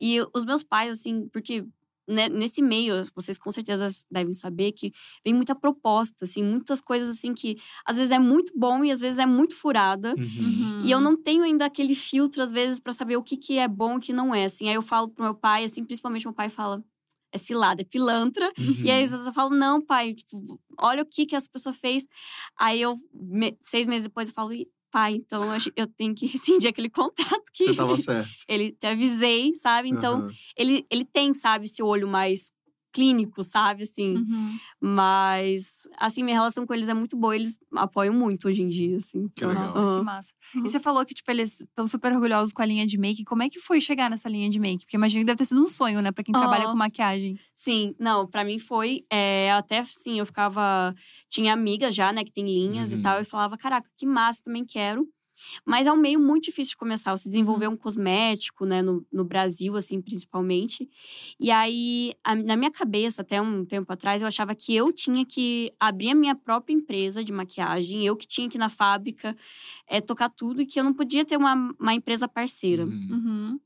E os meus pais, assim, porque. né, Nesse meio, vocês com certeza devem saber que vem muita proposta, assim, muitas coisas assim que às vezes é muito bom e às vezes é muito furada. Uhum. E eu não tenho ainda aquele filtro, às vezes, pra saber o que, que é bom e o que não é, assim. Aí eu falo pro meu pai, assim, principalmente meu pai fala… É cilada, é pilantra. E é Uhum. aí, às vezes, eu falo, não, pai, tipo, olha o que, que essa pessoa fez. Aí, eu, me- seis meses depois, eu falo, "Ih, pai, então eu acho- eu tenho que (laughs) rescindir aquele contrato que Você tava certo. (laughs) ele te avisei, sabe? Então, Aham. ele, ele tem, sabe, esse olho mais clínico, sabe? Assim, Hum. Uhum. mas, assim, minha relação com eles é muito boa. Eles apoiam muito hoje em dia, assim. Que legal. Nossa, que Uhum. massa. Uhum. E você falou que, tipo, eles estão super orgulhosos com a linha de make. Como é que foi chegar nessa linha de make? Porque imagino que deve ter sido um sonho, né? Pra quem trabalha Aham. com maquiagem. Sim, não, pra mim foi. é, até assim, eu ficava. Tinha amiga já, né, que tem linhas Uhum. e tal, e falava: caraca, que massa, também quero. Mas é um meio muito difícil de começar. Você desenvolver um cosmético, né, no, no Brasil, assim, principalmente. E aí, a- na minha cabeça, até um tempo atrás, eu achava que eu tinha que abrir a minha própria empresa de maquiagem, eu que tinha que ir na fábrica, é, tocar tudo, e que eu não podia ter uma, uma empresa parceira. Uhum. Uhum.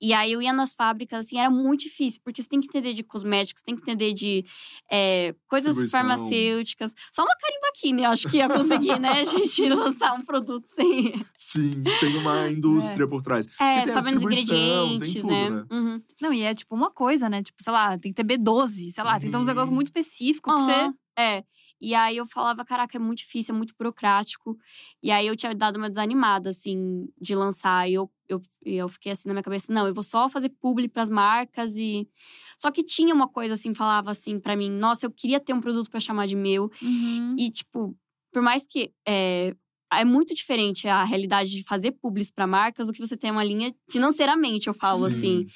E aí eu ia nas fábricas, assim, era muito difícil, porque você tem que entender de cosméticos, tem que entender de é, coisas Distribuição. farmacêuticas. Só uma carimba aqui, né? Acho que ia conseguir, né? (laughs) A gente lançar um produto sem. Sim, sem (laughs) uma indústria por trás. É, tem a sabendo os distribuição, tem ingredientes, tudo, né? né? Uhum. Não, e é tipo uma coisa, né? Tipo, sei lá, tem que ter B12, sei lá, tem que ter uns Uhum. negócios muito específicos que Aham, você. É. E aí eu falava, caraca, é muito difícil, é muito burocrático. E aí eu tinha dado uma desanimada, assim, de lançar. E eu, eu, e eu fiquei assim na minha cabeça, não, eu vou só fazer publi pras marcas e… Só que tinha uma coisa assim, falava assim pra mim, nossa, eu queria ter um produto pra chamar de meu. Uhum. E, tipo, por mais que… É, é muito diferente a realidade de fazer publis pra marcas do que você ter uma linha financeiramente, eu falo Sim. assim.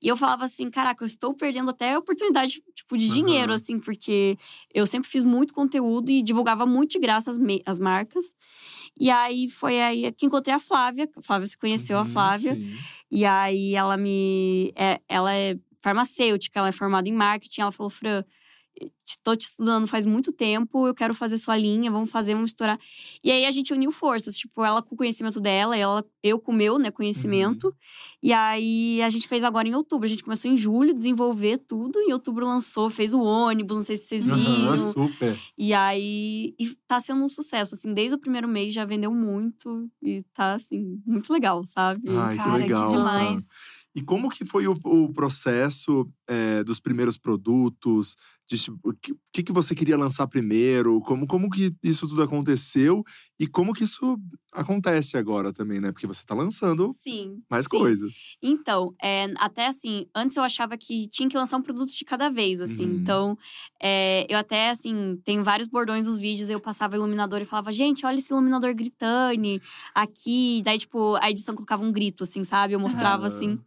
E eu falava assim, caraca, eu estou perdendo até a oportunidade, tipo, de Aham. dinheiro, assim. Porque eu sempre fiz muito conteúdo e divulgava muito de graça as, me- as marcas. E aí, foi aí que encontrei a Flávia. A Flávia se conheceu, a Uhum, Flávia. sim. E aí, ela me… é- ela é farmacêutica, ela é formada em marketing. Ela falou, Fran… te- Tô te estudando faz muito tempo, eu quero fazer sua linha, vamos fazer, vamos misturar. E aí a gente uniu forças, tipo, ela com o conhecimento dela, ela, eu com o meu, né, conhecimento. Uhum. E aí a gente fez agora em outubro. A gente começou em julho, desenvolver tudo. Em outubro lançou, fez o ônibus, não sei se vocês viram. Aham, super. E aí. E tá sendo um sucesso, assim, desde o primeiro mês já vendeu muito. E tá, assim, muito legal, sabe? Ai, que Cara, que, legal, Uhum. demais. E como que foi o, o processo é, dos primeiros produtos? De, tipo, o que, o que que você queria lançar primeiro? Como, como que isso tudo aconteceu? E como que isso acontece agora também, né? Porque você tá lançando Sim. mais sim. coisas. Então, é, até assim, antes eu achava que tinha que lançar um produto de cada vez, assim. Uhum. Então, é, eu até, assim, tem vários bordões nos vídeos, eu passava iluminador e falava, gente, olha esse iluminador gritane aqui. Daí, tipo, a edição colocava um grito, assim, sabe? Eu mostrava, Aham. assim.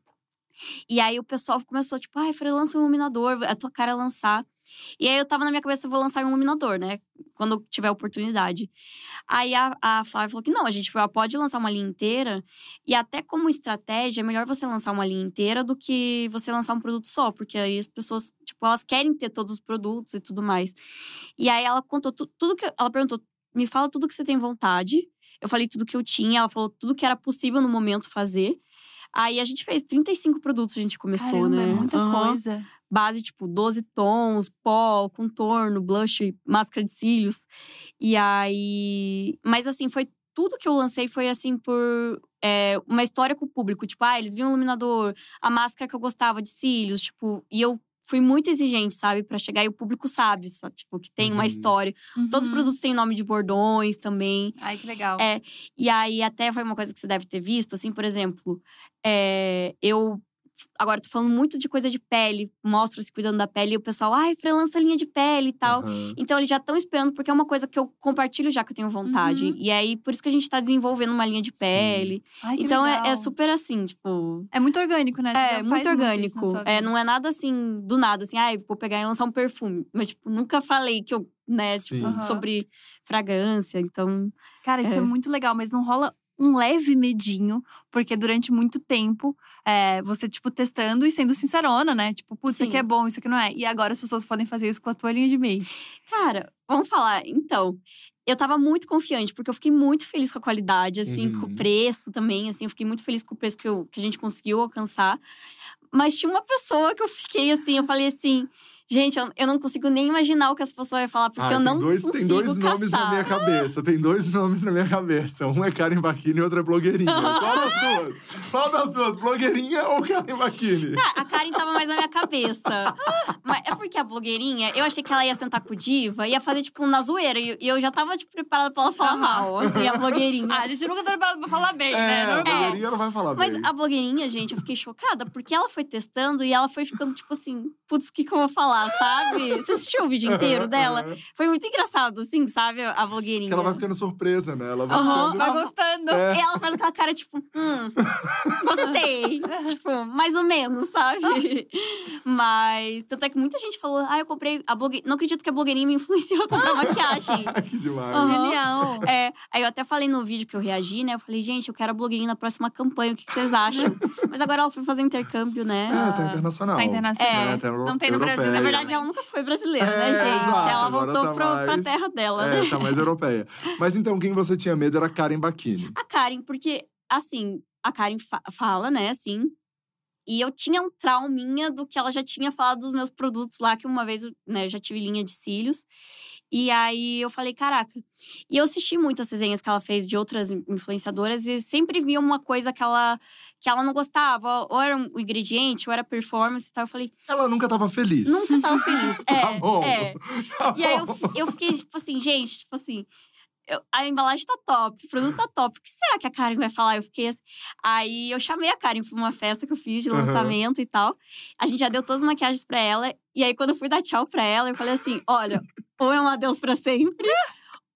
E aí o pessoal começou, tipo, ai, Fran, lança um iluminador, a tua cara é lançar. E aí eu tava na minha cabeça, eu vou lançar um iluminador, né? Quando eu tiver oportunidade. Aí a, a Flávia falou que não, a gente pode lançar uma linha inteira. E até como estratégia, é melhor você lançar uma linha inteira do que você lançar um produto só. Porque aí as pessoas, tipo, elas querem ter todos os produtos e tudo mais. E aí ela contou tu- tudo que… Ela perguntou, me fala tudo que você tem vontade. Eu falei tudo que eu tinha, ela falou tudo que era possível no momento fazer. Aí a gente fez 35 produtos, a gente começou, Caramba, né? é muita Aham. coisa. Base, tipo, 12 tons, pó, contorno, blush, máscara de cílios. E aí. Mas assim, foi. Tudo que eu lancei foi assim por é, uma história com o público. Tipo, ah, eles viam o iluminador, a máscara que eu gostava de cílios, tipo, e eu fui muito exigente, sabe, Pra chegar e o público sabe, só, tipo, que tem Uhum. uma história. Todos os Uhum. produtos têm nome de bordões também. Ai, que legal. É, E aí, até foi uma coisa que você deve ter visto, assim, por exemplo, é, eu Agora, tô falando muito de coisa de pele, mostra se cuidando da pele, e o pessoal, ai, freelança linha de pele e tal. Aham. Então, eles já estão esperando, porque é uma coisa que eu compartilho já que eu tenho vontade. Uhum. E aí, por isso que a gente tá desenvolvendo uma linha de Sim. pele. Ai, que então, é- legal. é super assim, tipo, É muito orgânico, né? Você já é, faz muito isso na orgânico. sua é, vida. não é nada assim, do nada, assim, ai, vou pegar e lançar um perfume. Mas, tipo, nunca falei que eu, né, Sim. tipo, Aham. sobre fragrância. Então, Cara, isso é. É. muito legal, mas não rola um leve medinho, porque durante muito tempo é, você, tipo, testando e sendo sincerona, né? Tipo, putz, isso aqui Sim. é bom, isso aqui não é. E agora as pessoas podem fazer isso com a tua linha de make. cara, vamos falar. Então, eu tava muito confiante, porque eu fiquei muito feliz com a qualidade, assim, com Uhum. o preço também, assim, eu fiquei muito feliz com o preço que, eu- que a gente conseguiu alcançar. Mas tinha uma pessoa que eu fiquei assim, eu falei assim. Gente, eu, eu não consigo nem imaginar o que essa pessoa vai falar, porque Ah, eu tem não dois, consigo Tem dois caçar. nomes na (laughs) minha cabeça. Tem dois nomes na minha cabeça. Um é Karen Baquini e outro é (laughs) blogueirinha. Qual das duas? Qual das duas? Blogueirinha ou Karen Baquini? Cara, a Karen tava mais na minha cabeça. Mas é porque a blogueirinha, eu achei que ela ia sentar com o Diva, ia fazer, tipo, na zoeira. E e eu já tava, tipo, preparada pra ela falar Aham. mal, assim, a Ah, blogueirinha. a gente nunca tá preparado pra falar bem, É, né? a Normal. blogueirinha não vai falar Mas bem. a blogueirinha, gente, eu fiquei chocada, porque ela foi testando e ela foi ficando, tipo assim, putz, o que que eu vou falar, sabe? Você assistiu o vídeo inteiro dela? é Aham. Foi muito engraçado, assim, sabe, a blogueirinha. É, Que ela vai ficando surpresa, né? Ela vai Aham, ficando... Vai tá gostando. É. E ela faz aquela cara, tipo, hum, (laughs) gostei. tipo, mais ou menos, sabe? Mas, tanto é que muita gente falou, ah, eu comprei a blogueirinha. Não acredito que a blogueirinha me influenciou (laughs) a comprar maquiagem. Ai, que demais. Aham. Genial. É, aí eu até falei no vídeo que eu reagi, né? Eu falei, gente, eu quero a blogueirinha na próxima campanha, o que que (laughs) vocês acham? Mas agora ela foi fazer intercâmbio, né? É, tá internacional. Tá internacional. É, tá euro- Não tem no Brasil, na europeia. Na verdade, ela nunca foi brasileira, É, né, gente? exato, ela agora voltou tá pro, pra mais- terra dela, né? É, tá mais europeia. Mas então, quem você tinha medo era Karen Baquini. a Karen, porque, assim, a Karen fa- fala, né, assim. E eu tinha um trauminha do que ela já tinha falado dos meus produtos lá, que uma vez, né, eu já tive linha de cílios. E aí eu falei, caraca. E eu assisti muito as resenhas que ela fez de outras in- influenciadoras e sempre via uma coisa que ela, que ela não gostava, ou era um ingrediente, ou era performance e tal. Eu falei, Ela nunca tava feliz. (laughs) nunca tava feliz. É, Tá bom. é. (laughs) Tá E aí eu, bom. fi- eu fiquei, tipo assim, gente, tipo assim. eu- a embalagem tá top, o produto tá top. O que será que a Karen vai falar? Eu fiquei assim. Aí eu chamei a Karen pra uma festa que eu fiz de Aham. lançamento e tal. A gente já deu todas as maquiagens pra ela. E aí, quando eu fui dar tchau pra ela, eu falei assim: olha, ou é um adeus pra sempre,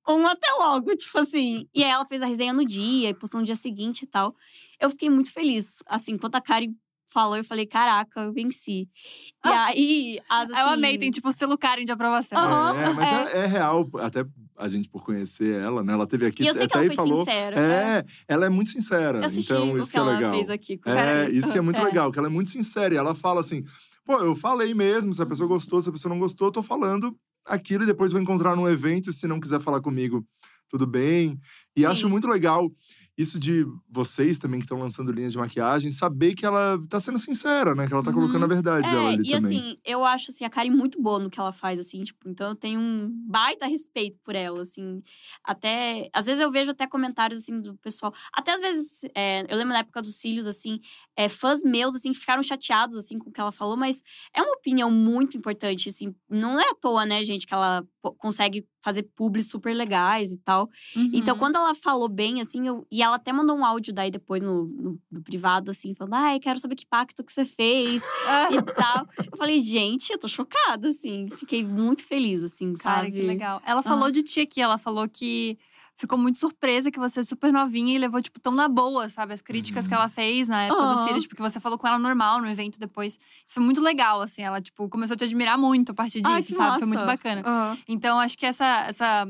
ou um até logo, tipo assim. E aí ela fez a resenha no dia, e postou no dia seguinte e tal. Eu fiquei muito feliz. Assim, quando a Karen falou, eu falei: caraca, eu venci. (laughs) E aí, as, assim, Eu amei, tem tipo o selo Karen de aprovação. Aham. É, mas é. é real, até a gente por conhecer ela, né? Ela teve aqui, E eu sei até que ela aí foi falou. sincera. É, ela é muito sincera. Eu assisti então, o isso que é ela legal. fez aqui com o É, cara. isso que é muito (laughs) É. legal, que ela é muito sincera. E ela fala assim: pô, eu falei mesmo, se a Uhum. pessoa gostou, se a pessoa não gostou, eu tô falando aquilo e depois vou encontrar num evento, e se não quiser falar comigo, tudo bem. E Sim. acho muito legal isso de vocês também que estão lançando linhas de maquiagem, saber que ela tá sendo sincera, né? Que ela tá colocando a verdade dela É, ali e também. assim, eu acho assim, a Karen muito boa no que ela faz, assim, tipo, então eu tenho um baita respeito por ela, assim. Até. Às vezes eu vejo até comentários assim do pessoal. Até às vezes, é, eu lembro na época dos cílios, assim, é, fãs meus, assim, ficaram chateados assim, com o que ela falou, mas é uma opinião muito importante, assim. Não é à toa, né, gente, que ela po- consegue fazer publis super legais e tal. Uhum. Então, quando ela falou bem, assim, eu- e ela até mandou um áudio daí depois no, no- no privado, assim, falando: ai, quero saber que pacto que você (laughs) fez Ah, e tal. Eu falei, gente, eu tô chocada, assim. Fiquei muito feliz, assim, sabe? Cara, que legal. Ela falou de ti aqui, ela falou que ficou muito surpresa que você é super novinha e levou, tipo, tão na boa, sabe? As críticas Uhum. que ela fez na época do Aham. Sirius, porque você falou com ela normal no evento depois. Isso foi muito legal, assim. Ela, tipo, começou a te admirar muito a partir disso, Ai, que sabe? Foi muito massa. bacana. Aham. Então, acho que essa, essa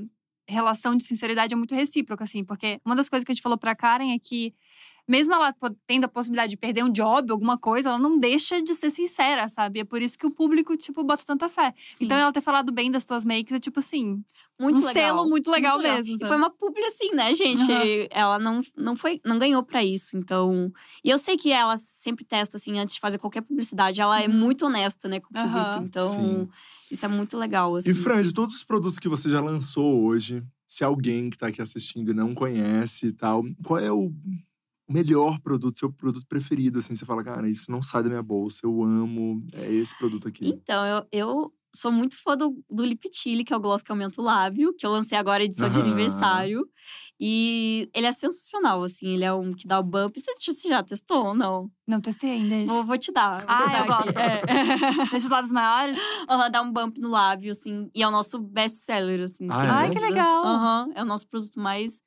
relação de sinceridade é muito recíproca, assim, porque uma das coisas que a gente falou pra Karen é que, mesmo ela po- tendo a possibilidade de perder um job, alguma coisa, ela não deixa de ser sincera, sabe? É por isso que o público, tipo, bota tanta fé. Sim, Então, ela ter falado bem das tuas makes é, tipo assim, é muito um legal. selo muito legal Muito legal. mesmo. E sabe? foi uma publi assim, né, gente? Aham. Ela não, não foi, não ganhou pra isso, então. E eu sei que ela sempre testa assim antes de fazer qualquer publicidade, ela é Uhum. muito honesta, né, com o público. Aham. Então, Sim. isso é muito legal assim. E Fran, de todos os produtos que você já lançou hoje, se alguém que tá aqui assistindo e não conhece e tal, qual é o melhor produto, seu produto preferido? Assim, você fala, cara, isso não sai da minha bolsa, eu amo, é esse produto aqui. Então, eu, eu sou muito fã do, do Lip Tilly, que é o gloss que aumenta o lábio, que eu lancei agora a edição de Aham. aniversário. E ele é sensacional, assim. Ele é um que dá o bump. Você, você já testou ou não? (laughs) Não testei ainda esse. Vou, vou te dar. vou te Ah, dar eu aqui. gosto. É. (laughs) Deixa os lábios maiores. Aham, dá um bump no lábio, assim. E é o nosso best seller, assim. Ah, sem é? Ai, que dúvidas. legal. Aham, é o nosso produto mais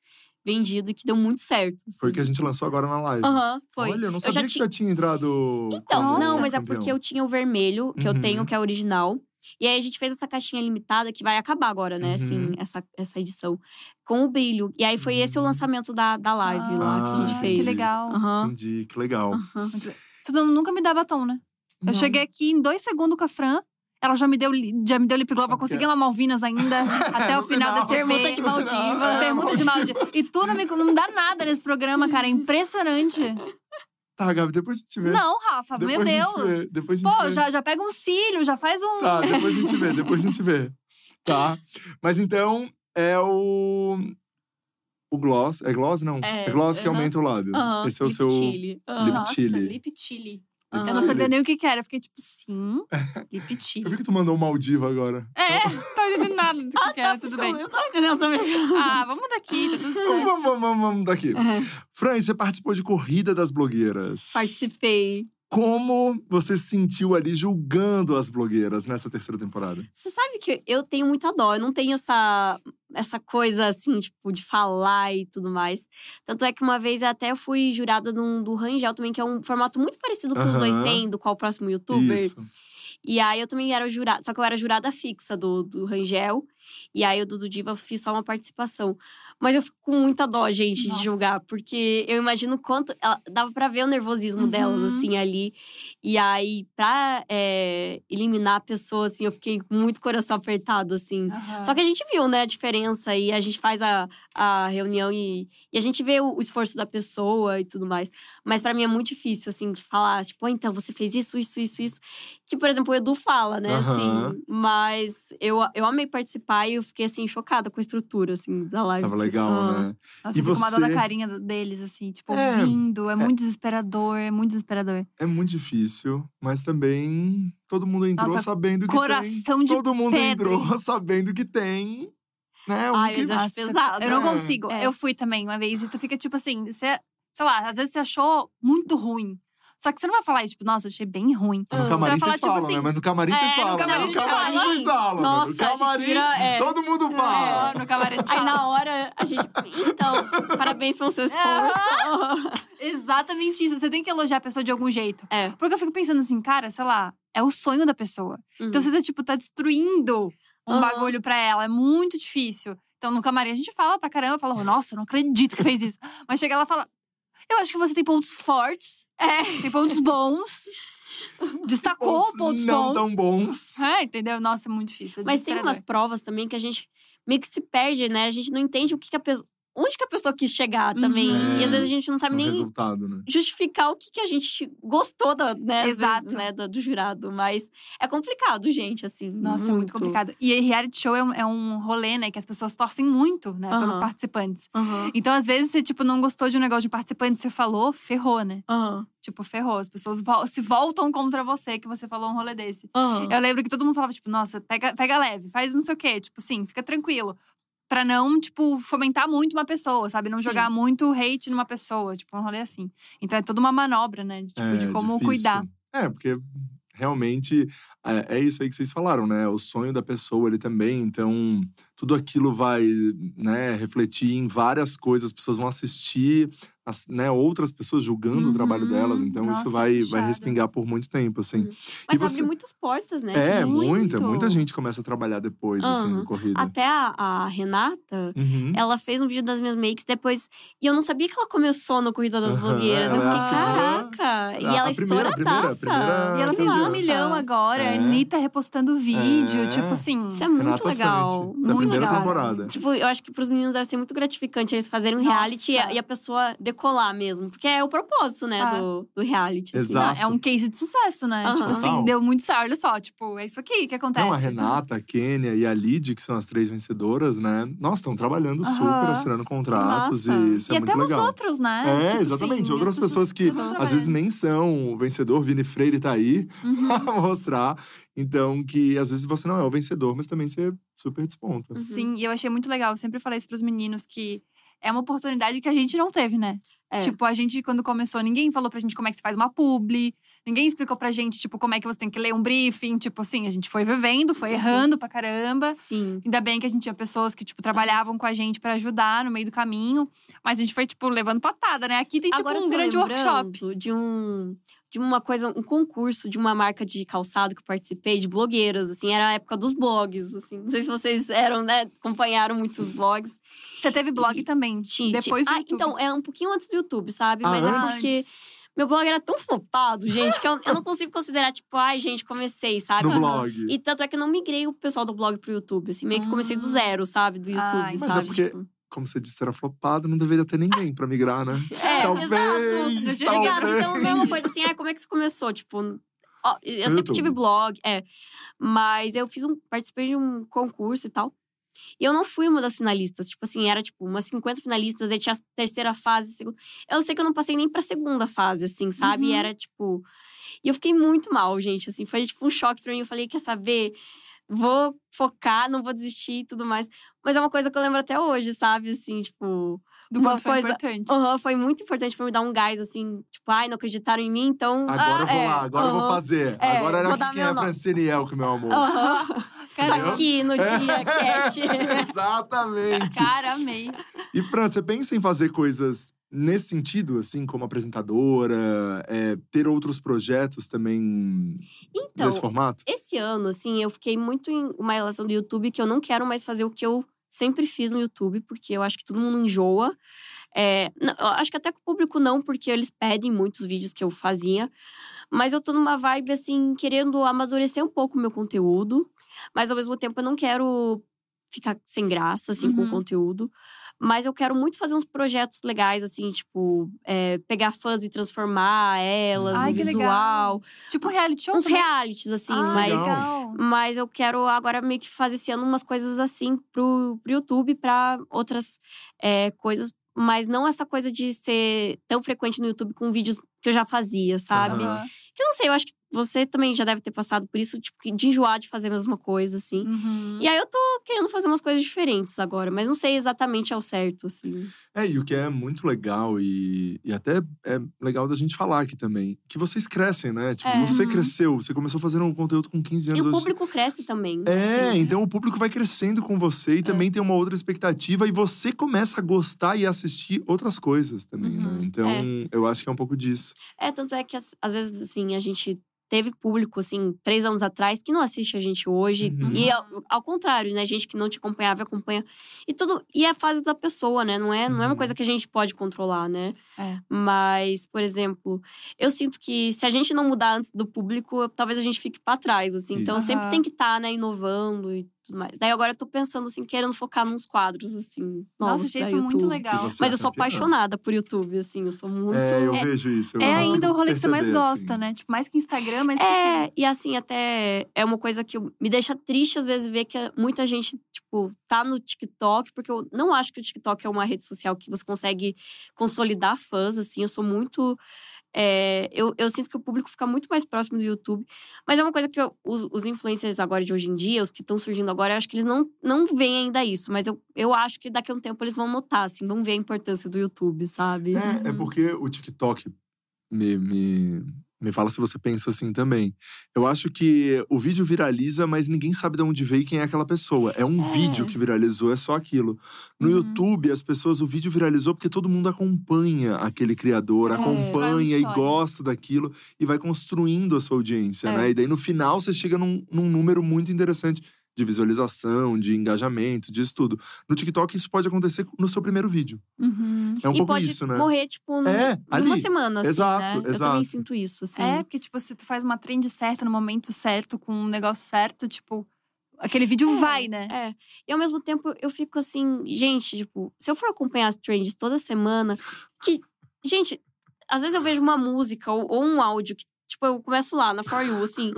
vendido e que deu muito certo. assim. Foi o que a gente lançou agora na live. Aham, foi. Olha, eu não já sabia que ti- já tinha entrado. Então, quando não, Nossa. mas é campeão. porque eu tinha o vermelho, que Uhum. eu tenho, que é original. E aí a gente fez essa caixinha limitada, que vai acabar agora, né? Assim, Uhum. essa, essa edição. Com o brilho. E aí foi esse o Hum. lançamento da, da live lá que a gente Ah, fez. Que legal. Aham. Entendi, que legal. aham. Tu não- nunca me dá batom, né? Não. Eu cheguei aqui em dois segundos com a Fran. Ela já me deu, li- já me deu lip gloss. Vou Ok. conseguir uma Malvinas (laughs) ainda até o No final final. desse Permuta de Maldiva. Maldiva. Permuta de Maldiva. E tu não, me, não dá nada nesse programa, cara. É impressionante. Tá, Gabi, depois a gente vê. Não, tá Rafa, depois meu a gente Deus. vê, Depois a gente Pô, vê. já, já pega um cílio, já faz um. Tá, depois a gente vê, depois a gente vê. Tá? Mas então, é o. O gloss. É gloss, não? É, gloss que aham. aumenta o lábio. aham. Esse é o Lip seu. Chile. Aham. lip Nossa, chili. lip chili. aham. Ah. Eu não sabia nem o que, que era. Eu fiquei tipo, (laughs) sim, lip Eu chili. vi que tu mandou um Maldiva agora. É, não tô entendendo nada do que, que era, tudo bem. Ah, tá, Eu tava entendendo também. Ah, vamos daqui, tá tudo Vamos, certo. vamos, vamos, vamos, vamos daqui. Fran, e você participou de Corrida das Blogueiras. Participei. Como você se sentiu ali julgando as blogueiras nessa terceira temporada? Você sabe que eu tenho muita dó, eu não tenho essa, essa coisa assim, tipo, de falar e tudo mais. Tanto é que uma vez até eu fui jurada num- do Rangel também, que é um formato muito parecido com os dois Aham. têm, do qual o próximo youtuber. Isso. E aí eu também era jurada, só que eu era jurada fixa do, do Rangel. E aí o Dudu Diva eu fiz só uma participação. Mas eu fico com muita dó, gente, Nossa. de julgar, porque eu imagino quanto. ela- dava pra ver o nervosismo Uhum. delas, assim, ali. E aí, pra é, eliminar a pessoa, assim, eu fiquei com muito coração apertado, assim. Ah. Aham. Só que a gente viu, né, a diferença e a gente faz a, a reunião e, e a gente vê o, o esforço da pessoa e tudo mais. Mas pra mim é muito difícil, assim, falar, tipo, "Ah, então você fez isso, isso, isso, isso. Que, por exemplo, o Edu fala, né, Aham. assim. Mas eu, eu amei participar e eu fiquei, assim, chocada com a estrutura, assim, da live. Tava Vocês- legal, Ah. né? Nossa, E eu fico com uma dor você? na carinha deles, assim, tipo, É, ouvindo. É, muito desesperador, é muito desesperador. É muito difícil, mas também todo mundo entrou Nossa, sabendo que tem. Coração de. Todo mundo pedra. entrou (laughs) sabendo que tem. É Né? Um Ai, que... mas acho Nossa, pesado. Eu não né? consigo. É. Eu fui também uma vez e tu fica tipo assim, você, sei lá, às vezes você achou muito ruim. Só que você não vai falar, tipo, nossa, eu achei bem ruim. No Ah, Você camarim vai falar, vocês tipo falam, né? assim, Mas no camarim é, vocês no falam. né? camarim No de camarim falar. vocês falam. né? No Nossa, a gente camarim vira, é. todo mundo fala. É, no camarim de Aí falar. na hora a gente. (laughs) Então, parabéns pelo Ah. seu esforço. (laughs) Exatamente isso. Você tem que elogiar a pessoa de algum jeito. É. Porque eu fico pensando assim, cara, sei lá, é o sonho da pessoa. Então você tá, tipo, tá destruindo um Aham. bagulho pra ela. É muito difícil. Então, no camarim, a gente fala pra caramba, fala, nossa, eu não acredito que fez isso. (laughs) Mas chega lá e fala, eu acho que você tem pontos fortes, É. tem pontos (laughs) bons, destacou pontos, não é, bons. tão bons. É, entendeu? Nossa, é muito difícil. é Mas tem umas desesperador. provas também que a gente meio que se perde, né? A gente não entende o que, que a pessoa. Onde que a pessoa quis chegar também. Uhum. E às vezes a gente não O sabe nem resultado, né? justificar o que, que a gente gostou da, né, às Exato. vezes, né, do, do jurado. Mas é complicado, gente, assim. Nossa, é muito complicado. E aí, reality show é um, é um rolê, né? Que as pessoas torcem muito, né? Pelos Aham. participantes. Aham. Então, às vezes, você, tipo, não gostou de um negócio de um participante, você falou, ferrou, né? Aham. Tipo, ferrou. As pessoas vol- se voltam contra você, que você falou um rolê desse. Aham. Eu lembro que todo mundo falava, tipo, nossa, pega, pega leve, faz não sei o quê. Tipo, sim, fica tranquilo. Pra não, tipo, fomentar muito uma pessoa, sabe? Não Sim. jogar muito hate numa pessoa. Tipo, um rolê assim. Então é toda uma manobra, né? de, Tipo, É, de como difícil. cuidar. É, porque realmente é, é isso aí que vocês falaram, né? O sonho da pessoa, ele também. Então, tudo aquilo vai né, refletir em várias coisas. As pessoas vão assistir as- né, outras pessoas julgando Uhum. o trabalho delas. Então, Nossa, é isso vai, vai puxado. respingar por muito tempo, assim. Uhum. Mas você- abre muitas portas, né? É, Muito. muita, muito. muita gente começa a trabalhar depois, assim, Aham. no corrida. Até a, a Renata, Uhum. é ela fez um vídeo das minhas makes depois. E eu não sabia que ela começou no Corrida das Aham, Blogueiras. Eu ela é a fiquei, segunda- caraca! E a- a ela primeira, a primeira, a estouradaça. primeira- E ela fez Nossa. um milhão agora, Ah, É. a Anitta repostando vídeo. É. Tipo assim. Isso é muito Renata legal. Sante, da muito primeira legal. temporada. Tipo, eu acho que pros meninos deve ser muito gratificante eles fazerem um Nossa. reality e a, e a pessoa decolar mesmo. Porque é o propósito, né, Ah. do, do reality. assim. Exato. é um case de sucesso, né? Aham. Tipo assim, Total. deu muito certo. Olha só, tipo, é isso aqui que acontece. Não, a Renata, a Kênia e a Lid, que são as três vencedoras, né? Nossa, estão trabalhando Aham. super, assinando contratos Massa. e isso e é até muito os legal. outros, né? É, Tipo exatamente. assim, Outras as pessoas que tão às vezes trabalhando. nem são o vencedor. Vini Freire tá aí Uhum. (laughs) pra mostrar Então, que às vezes você não é o vencedor, mas também você super desponta. Uhum. Sim, e eu achei muito legal. Eu sempre falei isso pros meninos que é uma oportunidade que a gente não teve, né? É. Tipo, a gente, quando começou, ninguém falou pra gente como é que se faz uma publi. Ninguém explicou pra gente, tipo, como é que você tem que ler um briefing. Tipo assim, a gente foi vivendo, Uhum. foi errando pra caramba. Sim. Ainda bem que a gente tinha pessoas que, tipo, trabalhavam com a gente pra ajudar no meio do caminho. Mas a gente foi, tipo, levando patada, né? Aqui tem, tipo, Agora eu um tô grande workshop. lembrando De um. De uma coisa, um concurso de uma marca de calçado que eu participei, de blogueiras, assim, era a época dos blogs, assim. Não sei se vocês eram, né? Acompanharam muitos blogs. Você teve blog E- também. Tinha. Depois do ah, YouTube. então, é um pouquinho antes do YouTube, sabe? Ah, Mas é antes? porque meu blog era tão flopado, gente, que eu, eu não consigo considerar, tipo, ai, gente, comecei, sabe? No blog. E tanto é que eu não migrei o pessoal do blog pro YouTube, assim, meio que comecei do Ah. zero, sabe? Do YouTube, Ah, sabe? Mas é porque- Tipo, Como você disse, era flopado, não deveria ter ninguém pra migrar, né? É, talvez, exato. tinha talvez. ligado, Então não é uma coisa assim, ah, como é que isso começou? Tipo, ó, eu No sempre tive YouTube. blog, é. Mas eu fiz um. participei de um concurso e tal. E eu não fui uma das finalistas. Tipo assim, era tipo umas 50 finalistas, aí tinha a terceira fase, segunda. Eu sei que eu não passei nem pra segunda fase, assim, sabe? E Uhum. era tipo. E eu fiquei muito mal, gente. Assim, foi tipo um choque pra mim. Eu falei, quer saber? Vou focar, não vou desistir e tudo mais. Mas é uma coisa que eu lembro até hoje, sabe? Assim, tipo. do uma quanto foi coisa- um importante. Aham, foi muito importante pra me dar um gás, assim, tipo, ai, não acreditaram em mim, então. Agora eu ah, vou é, lá, agora eu vou aham. fazer. É, agora era vou dar aqui quem meu é nó. Francine Elke, meu amor. (laughs) Aham. Tá Caramba. aqui no dia cast. Exatamente. (laughs) Cara, amei. E, Fran, você pensa em fazer coisas nesse sentido, assim, como apresentadora, é, ter outros projetos também Então, nesse formato? esse ano, assim, eu fiquei muito em uma relação do YouTube que eu não quero mais fazer o que eu sempre fiz no YouTube, porque eu acho que todo mundo enjoa. É, n- eu acho que até com o público não, porque eles pedem muitos vídeos que eu fazia. Mas eu tô numa vibe, assim, querendo amadurecer um pouco o meu conteúdo. Mas ao mesmo tempo eu não quero ficar sem graça, assim, com Uhum. o conteúdo. Mas eu quero muito fazer uns projetos legais, assim, tipo, é, pegar fãs e transformar elas, Ai, o que legal. visual. Tipo reality show Uns também. realities, assim, Ah, mas. legal. Mas eu quero agora meio que fazer esse ano umas coisas assim pro, pro YouTube, pra outras é, coisas. Mas não essa coisa de ser tão frequente no YouTube com vídeos que eu já fazia, sabe? Aham. Que eu não sei, eu acho que você também já deve ter passado por isso, tipo, que- de enjoar de fazer a mesma coisa, assim. Uhum. E aí eu tô querendo fazer umas coisas diferentes agora, mas não sei exatamente ao certo, assim. É, e o que é muito legal e, e até é legal da gente falar aqui também, que vocês crescem, né? Tipo, É. você Uhum. cresceu, você começou fazendo um conteúdo com 15 E anos. o hoje- público cresce também. É, né? assim. então o público vai crescendo com você É. e também tem uma outra expectativa e você começa a gostar e assistir outras coisas também, né? Uhum, Então, eu acho que é um pouco disso. É, tanto é que às às vezes, assim, a gente teve público, assim, três anos atrás, que não assiste a gente hoje. Uhum. E ao, ao contrário, né? Gente que não te acompanhava, acompanha. E tudo. E é a fase da pessoa, né? Não é, não é uma Uhum. coisa que a gente pode controlar, né? É. Mas, por exemplo, eu sinto que se a gente não mudar antes do público, talvez a gente fique pra trás, assim. Então, Isso. sempre Aham. tem que estar, né? Inovando e tudo mais. Daí agora eu tô pensando, assim, querendo focar nos quadros, assim. novos Nossa, achei pra isso muito YouTube. legal. E você- Mas eu sou Campeã. apaixonada por YouTube, assim. Eu sou muito. É, eu É- vejo isso. eu É consigo ainda o rolê que você mais perceber, gosta, assim. né? Tipo, mais que Instagram, mas É, e assim, até é uma coisa que eu- me deixa triste às vezes ver que muita gente, tipo, tá no TikTok, porque eu não acho que o TikTok é uma rede social que você consegue consolidar fãs, assim. Eu sou muito. é, eu, eu sinto que o público fica muito mais próximo do YouTube. Mas é uma coisa que eu- os, os influencers agora de hoje em dia, os que estão surgindo agora, eu acho que eles não, não veem ainda isso. Mas eu, eu acho que daqui a um tempo eles vão notar, assim, vão ver a importância do YouTube, sabe? É, é Uhum. porque o TikTok me, me, me fala se você pensa assim também. Eu acho que o vídeo viraliza, mas ninguém sabe de onde veio e quem é aquela pessoa. É um É. vídeo que viralizou, é só aquilo. No Uhum. YouTube, as pessoas, o vídeo viralizou porque todo mundo acompanha aquele criador, É. Constrói acompanha uma e história. gosta daquilo e vai construindo a sua audiência, É. né? E daí no final você chega num, num número muito interessante. De visualização, de engajamento, disso tudo. No TikTok, isso pode acontecer no seu primeiro vídeo. Uhum. É um e pouco pode isso, né? morrer, tipo, num, É, numa ali. semana, assim, Exato, né? Eu exato. também sinto isso, assim. É, porque, tipo, se tu faz uma trend certa no momento certo, com um negócio certo, tipo, aquele vídeo É. vai, né? É. E ao mesmo tempo eu fico assim, gente, tipo, se eu for acompanhar as trends toda semana, que. Gente, às vezes eu vejo uma música ou, ou um áudio que, tipo, eu começo lá na For You, (laughs) assim.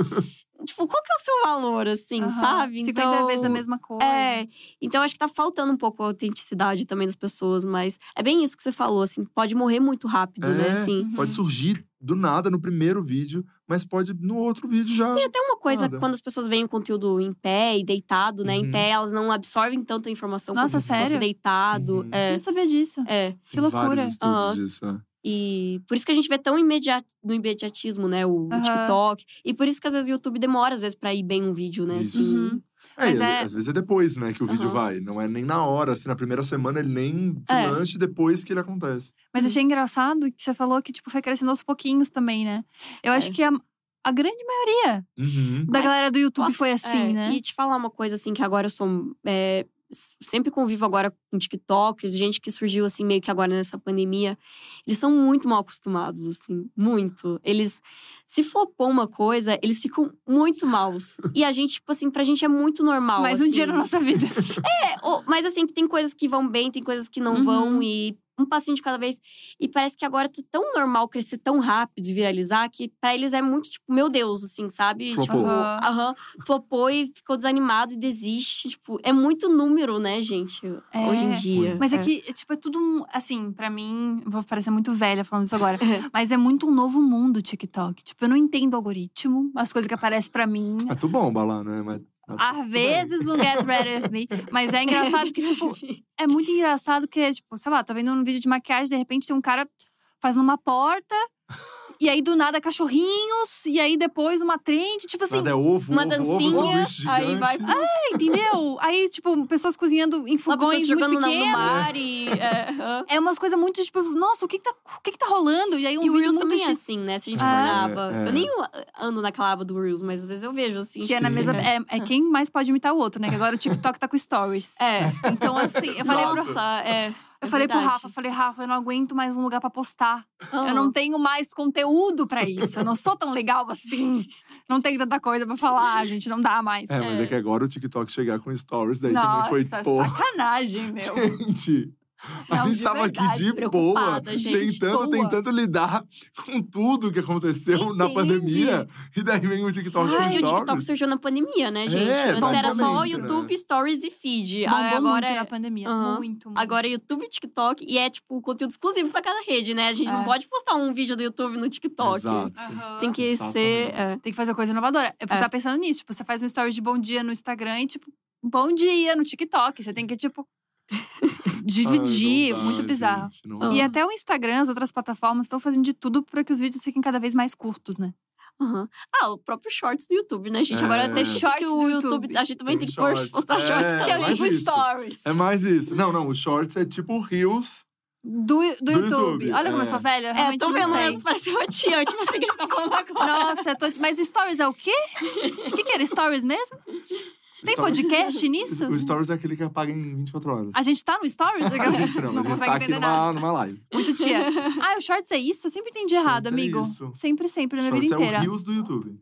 tipo, qual que é o seu valor, assim, Aham. sabe? 50 vezes né? a mesma coisa. É, então acho que tá faltando um pouco a autenticidade também das pessoas, mas é bem isso que você falou, assim, pode morrer muito rápido, né? É. Assim, Uhum. Pode surgir do nada no primeiro vídeo, mas pode no outro vídeo já. Tem até uma coisa Nada. quando as pessoas veem o conteúdo em pé e deitado, né? Uhum. Em pé, elas não absorvem tanto a informação Nossa, como se fosse sério? deitado. Uhum. É, Eu não sabia disso. é. que loucura. Vários estudos Aham. disso, é. E por isso que a gente vê tão imediato, no imediatismo, né? O, o Aham. TikTok. E por isso que às vezes o YouTube demora, às vezes, pra ir bem um vídeo, né? Isso. assim. Uhum. É, Mas e é- Às vezes é depois, né, que o vídeo Aham. vai. Não é nem na hora, assim, na primeira semana ele nem se É. lanche depois que ele acontece. Mas achei engraçado que você falou que, tipo, foi crescendo aos pouquinhos também, né? Eu acho É. que a, a grande maioria Uhum. da Mas galera do YouTube posso- foi assim, É, né? E te falar uma coisa, assim, que agora eu sou. é, s- sempre convivo agora com TikTokers, gente que surgiu, assim, meio que agora nessa pandemia. Eles são muito mal acostumados, assim, muito. Eles. Se flopou uma coisa, eles ficam muito maus. E a gente, tipo assim, pra gente é muito normal. (laughs) Mais um assim. dia na nossa vida. É, ou- mas assim, que tem coisas que vão bem, tem coisas que não Uhum. vão, e um passinho de cada vez. E parece que agora tá tão normal crescer tão rápido e viralizar que pra eles é muito tipo, meu Deus, assim, sabe? Flopou. Tipo, Aham. aham, flopou e ficou desanimado e desiste. Tipo, é muito número, né, gente? É. Hoje em dia. Mas é que, é, tipo, é tudo um. Assim, pra mim, vou parecer muito velha falando isso (laughs) agora. mas é muito um novo mundo o TikTok. Tipo, eu não entendo o algoritmo, as coisas que aparecem pra mim. É tu bomba lá, né? Mas, Às vezes o Get Ready With Me. Mas é engraçado que, (laughs) tipo, é muito engraçado que, tipo, sei lá, tô vendo um vídeo de maquiagem, de repente tem um cara fazendo uma porta. E aí, do nada, cachorrinhos. E aí, depois, uma trend. Tipo assim, nada é ovo, uma ovo, dancinha, ovo, sanduíche aí vai- gigante. entendeu? Aí, tipo, pessoas cozinhando em Lá pessoas fogões jogando muito na- no pequenos. mar e. é, aham. É umas coisas muito, tipo, nossa, o que que tá, o que que tá rolando? E aí, um E o vídeo Reels muito também é X assim, né? Se a gente É, for na aba. é. Eu nem ando naquela aba do Reels, mas às vezes eu vejo assim. Que é na Sim. mesa. É, é quem mais pode imitar o outro, né? Que agora o TikTok tá com stories. É. Então, assim, eu falei, pro, Nossa, é. eu é falei pro verdade. Ah. Rafa, falei, Rafa, eu não aguento mais um lugar pra postar. Eu Aham. não tenho mais conteúdo pra isso. Eu não sou tão legal assim. Não tenho tanta coisa pra falar, gente. Não dá mais. É, mas é É. que agora o TikTok chegar com stories, daí Nossa, também foi porra. sacanagem, meu. Gente, a Não, gente de tava verdade, aqui de boa, preocupada, gente, tentando, boa. tentando lidar com tudo que aconteceu na Entende? pandemia. E daí vem o TikTok Ai, com o TikTok stories. surgiu na pandemia, né, gente? Antes era só É, basicamente, YouTube, né? stories e feed. Bombou Aí agora muito é- na pandemia. Aham. Muito, muito. Agora é YouTube, TikTok, e é tipo conteúdo exclusivo pra cada rede, né? A gente É. não pode postar um vídeo do YouTube no TikTok. Exato. Aham. Tem que Exatamente. ser. é. Tem que fazer coisa inovadora. É porque eu É. tava pensando nisso. Tipo, você faz um story de bom dia no Instagram e, tipo, bom dia no TikTok. Você tem que, (laughs) tipo, dividir. Ai, não dá, muito bizarro. gente, não é? Ah. dá. E até o Instagram, as outras plataformas estão fazendo de tudo pra que os vídeos fiquem cada vez mais curtos, né? Aham. Ah, o próprio Shorts do YouTube, né, gente? Agora É. até shorts Shorts que do o YouTube. YouTube. A gente também Tem tem, que pos- shorts. postar É, shorts. que é o mas tipo isso. stories. É mais isso. Não, não, o Shorts é tipo Reels. Do, do, Do YouTube. YouTube, Olha como eu é. sou velha, eu É, realmente tô não vendo sei. mesmo, parece uma tia. Eu tipo assim que a gente tá (laughs) falando agora. Nossa, eu tô... mas stories é o quê? O que, que era stories mesmo? Tem Stories- podcast nisso? O Stories é aquele que apaga em 24 horas. A gente tá no stories? (laughs) A gente (laughs) não, a gente consegue tá aqui entender nada. numa, numa live. Muito tia. Ah, o shorts é isso? Eu sempre entendi errado, Shorts é amigo. isso. Sempre, sempre, na minha Shorts vida inteira. é o Reels do YouTube.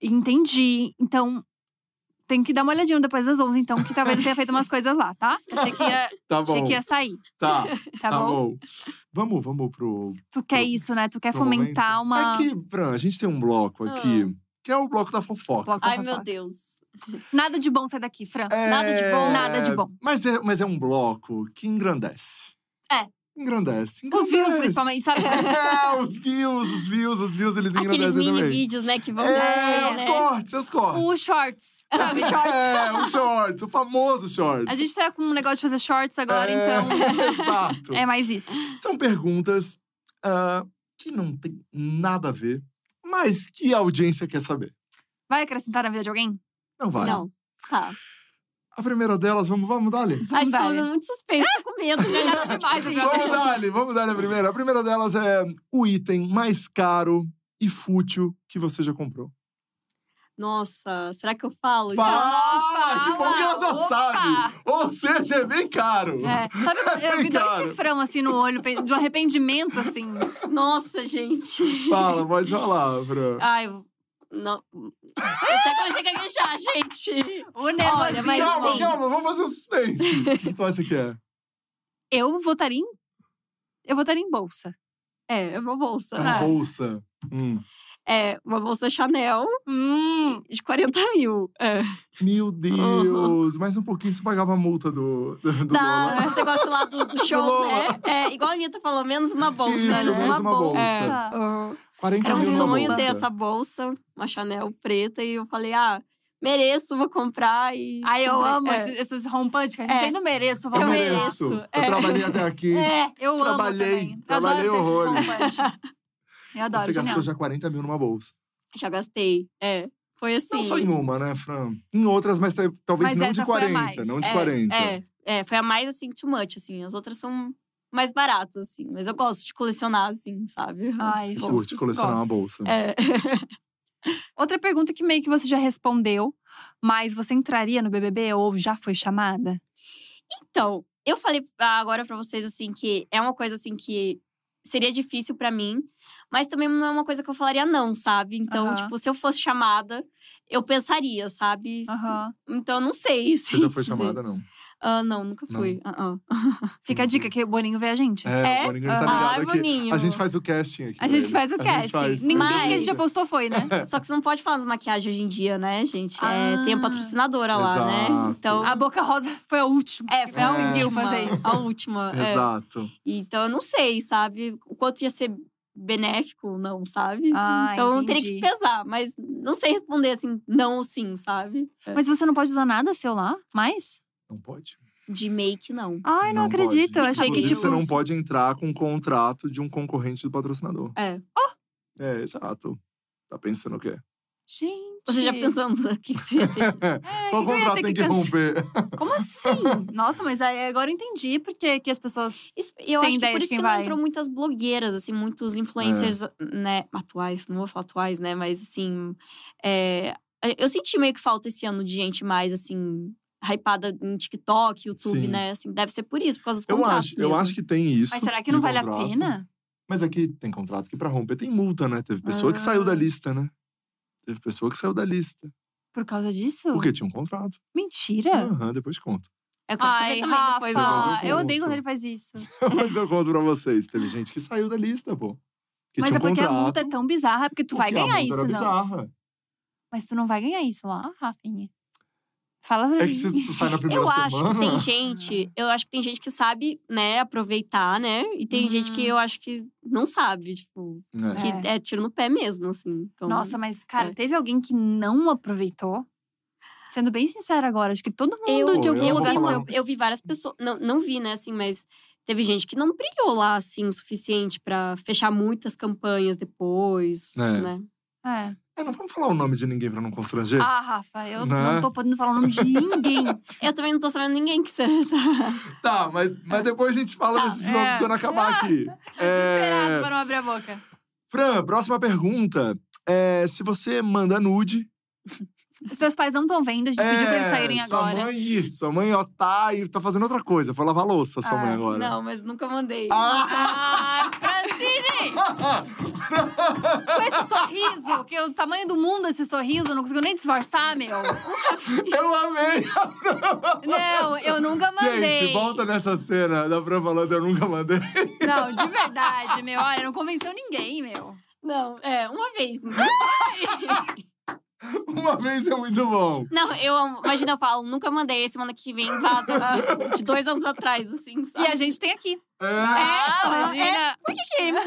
Entendi. Então, tem que dar uma olhadinha depois das 11, então, que talvez eu tenha feito umas coisas lá, tá? Achei que ia, Tá achei bom. que ia sair, Tá, (laughs) tá, tá bom? bom. Vamos, vamos pro, Tu quer isso, né? Tu quer Pro momento. É fomentar uma. Aqui, Fran, a gente tem um bloco aqui, que é o bloco da fofoca. Bloco da Ai, meu fofoca. Deus. Nada de bom sai daqui, Fran. É, Nada de bom, nada de bom. Mas é, mas é um bloco que engrandece. É. Engrandece. Os engrandece. views, principalmente, (laughs) sabe? É, os views, os views, os views, eles Aqueles engrandecem mini também. vídeos, né, que vão É, dar, os né? cortes, os cortes. Os shorts, sabe? É, o shorts, o famoso shorts. A gente tá com um negócio de fazer shorts agora, É, então. Exato. É mais isso. São perguntas ah, que não tem nada a ver, mas que a audiência quer saber. Vai acrescentar na vida de alguém? Não vai. Não. Tá. A primeira delas, vamos, vamos, (laughs) Dali? Ai, Vamos, estamos Dali. muito suspenso, tô com medo. Já já né? tá demais. eu já- Vamos, Dali, vamos, Dali a primeira. A primeira delas é o item mais caro e fútil que você já comprou. (laughs) Nossa, será que eu falo? Fala! Que bom que ela já Opa! sabe! Ou seja, é bem caro! É. Sabe, quando (laughs) eu vi dois Cara. cifrão assim no olho, pe- de um arrependimento, assim. Nossa, gente. Fala, pode falar, Fran. Ai, eu- não. Eu até comecei a gaguejar, gente. O nervosinho. mas assim- calma, assim, sim. calma, vamos fazer um suspense. O que tu acha que é? Eu votaria em. Eu votaria em bolsa. É, é uma bolsa. É uma né? bolsa. Hum. É, uma bolsa Chanel Hum, de 40 mil. É. Meu Deus! Mais um pouquinho você pagava a multa do, do Lola. Da, do negócio lá do, do show, Lola. né? É, igual a Anitta falou, menos uma bolsa, Isso, né? menos uma bolsa. É. Uhum. 40 Era um mil numa sonho bolsa. ter essa bolsa, uma Chanel preta, e eu falei, ah, mereço, vou comprar e. Ai, eu comprei. amo É. esse- esses rompantes que a gente É. ainda mereço, Eu vamos ver. mereço. mereço. Eu É. trabalhei até aqui. É, eu Trabalhei, amo também. trabalhei eu adoro ter horrores. (laughs) esses rompantes. Eu adoro, Você genial. gastou já 40 mil numa bolsa. Já gastei. É. Foi assim. Não só em uma, né, Fran? Em outras, mas te- talvez Mas não essa de foi a 40. mais. Não de é, 40. É, é, foi a mais assim, too much, assim. As outras são mais baratas, assim. Mas eu gosto de colecionar, assim, sabe? Ai, As eu Curte bolsas. colecionar gosto. uma bolsa. É. (laughs) Outra pergunta que meio que você já respondeu, mas você entraria no BBB ou já foi chamada? Então, eu falei agora pra vocês assim que é uma coisa assim que seria difícil pra mim, mas também não é uma coisa que eu falaria não, sabe? Então, Aham. tipo, se eu fosse chamada, eu pensaria, sabe? Aham. Então, não sei. (laughs) Você sem já foi dizer. chamada, não? Ah, não, nunca Não. fui. Ah, ah. Fica a dica que o Boninho vê a gente. É, É? o Boninho tá Ah, Ai, ligado aqui. Boninho. A gente faz o casting aqui. A gente velho. faz o casting. faz. Ninguém que a Mas- gente apostou foi, (laughs) né? Só que você não pode falar de maquiagem hoje em dia, né, gente? Ah. É, tem a patrocinadora lá, né? Exato. Então. A Boca Rosa foi a última. é, foi a É. Conseguiu última. fazer isso. A última. é. Exato. Então, eu não sei, sabe? O quanto ia ser benéfico ou não, sabe? Ah, então, eu teria entendi. que pesar. Mas não sei responder assim, não ou sim, sabe? Mas você não pode usar nada seu lá? Mais? Não pode. De make, não. Ai, não, pode. acredito. Eu achei que, Inclusive, tipo. você não pode entrar com um contrato de um concorrente do patrocinador. É. É, exato. Tá pensando o quê? Gente. Você já pensou no (laughs) que, que você ia ter? É, Qual que que eu ia contrato ter tem que que romper? pensar? Como (laughs) assim? Nossa, mas aí agora eu entendi porque que as pessoas. Isso- Eu Tem acho que ideia por de isso quem que vai? não entrou muitas blogueiras, assim, muitos influencers, É. né, atuais, não vou falar atuais, né, mas assim, é, eu senti meio que falta esse ano de gente mais, assim, hypada em TikTok, YouTube, Sim. né, assim, deve ser por isso, por causa dos Eu contratos acho, eu mesmo. acho que tem isso. Mas será que de não vale a contrato. pena? Mas aqui tem contrato que pra romper tem multa, né? Teve pessoa que saiu da Ah. lista, né? Teve pessoa que saiu da lista. Por causa disso? Porque tinha um contrato. Mentira. Aham, depois conto. (laughs) É o que eu quero Ai, saber também depois, né? Depois eu Rafa, eu conto. odeio quando ele faz isso. Mas eu conto pra vocês. Teve gente que saiu da lista, pô. Que Mas tinha é um porque contrato, a multa é tão bizarra, porque tu vai porque a ganhar multa isso, era não. bizarra. Mas tu não vai ganhar isso lá, Rafinha. Fala pra É mim. que se tu (laughs) sai na primeira Eu semana. acho que tem gente, eu acho que tem gente que sabe, né, aproveitar, né? E tem gente que Uhum. eu acho que não sabe, tipo, É. que é tiro no pé mesmo, assim. Uhum. Então, Nossa, mas, cara, é. teve alguém que não aproveitou? Sendo bem sincera agora, acho que todo Eu, mundo de Pô, algum não eu, vou lugar vi, falar- saiu. assim, eu, eu vi várias pessoas. Não, não vi, né, assim, mas teve gente que não brilhou lá, assim, o suficiente pra fechar muitas campanhas depois, É. né? É. É, não vamos falar o nome de ninguém pra não constranger. Ah, Rafa, eu Né? não tô podendo falar o nome de ninguém. Eu também não tô sabendo ninguém que você (laughs) tá. Tá, mas, mas depois a gente fala Tá, desses nomes é. quando (laughs) acabar aqui. Desesperado (laughs) É... pra não abrir a boca. Fran, próxima pergunta. É, se você manda nude. Seus pais não estão vendo, a gente pediu pra eles é, saírem sua agora. Mãe, isso, sua mãe, ó, tá, e tá fazendo outra coisa. Foi lavar louça, sua Ah, mãe agora. Não, mas nunca mandei. Ah! Ah, Francine! Com esse sorriso, que é o tamanho do mundo esse sorriso, eu não consigo nem disfarçar, meu. (laughs) Eu amei! Não, eu nunca mandei. (laughs) Gente, volta nessa cena da Fran falando eu nunca mandei. (laughs) Não, de verdade, meu. Olha, não convenceu ninguém, meu. Não, é, uma vez. então. (laughs) Uma vez é muito bom. Não, eu amo. Imagina, eu falo, nunca mandei, semana que vem, vá, tá, de dois anos atrás, assim, E sabe? a gente tem aqui. É. Ah, imagina. Por que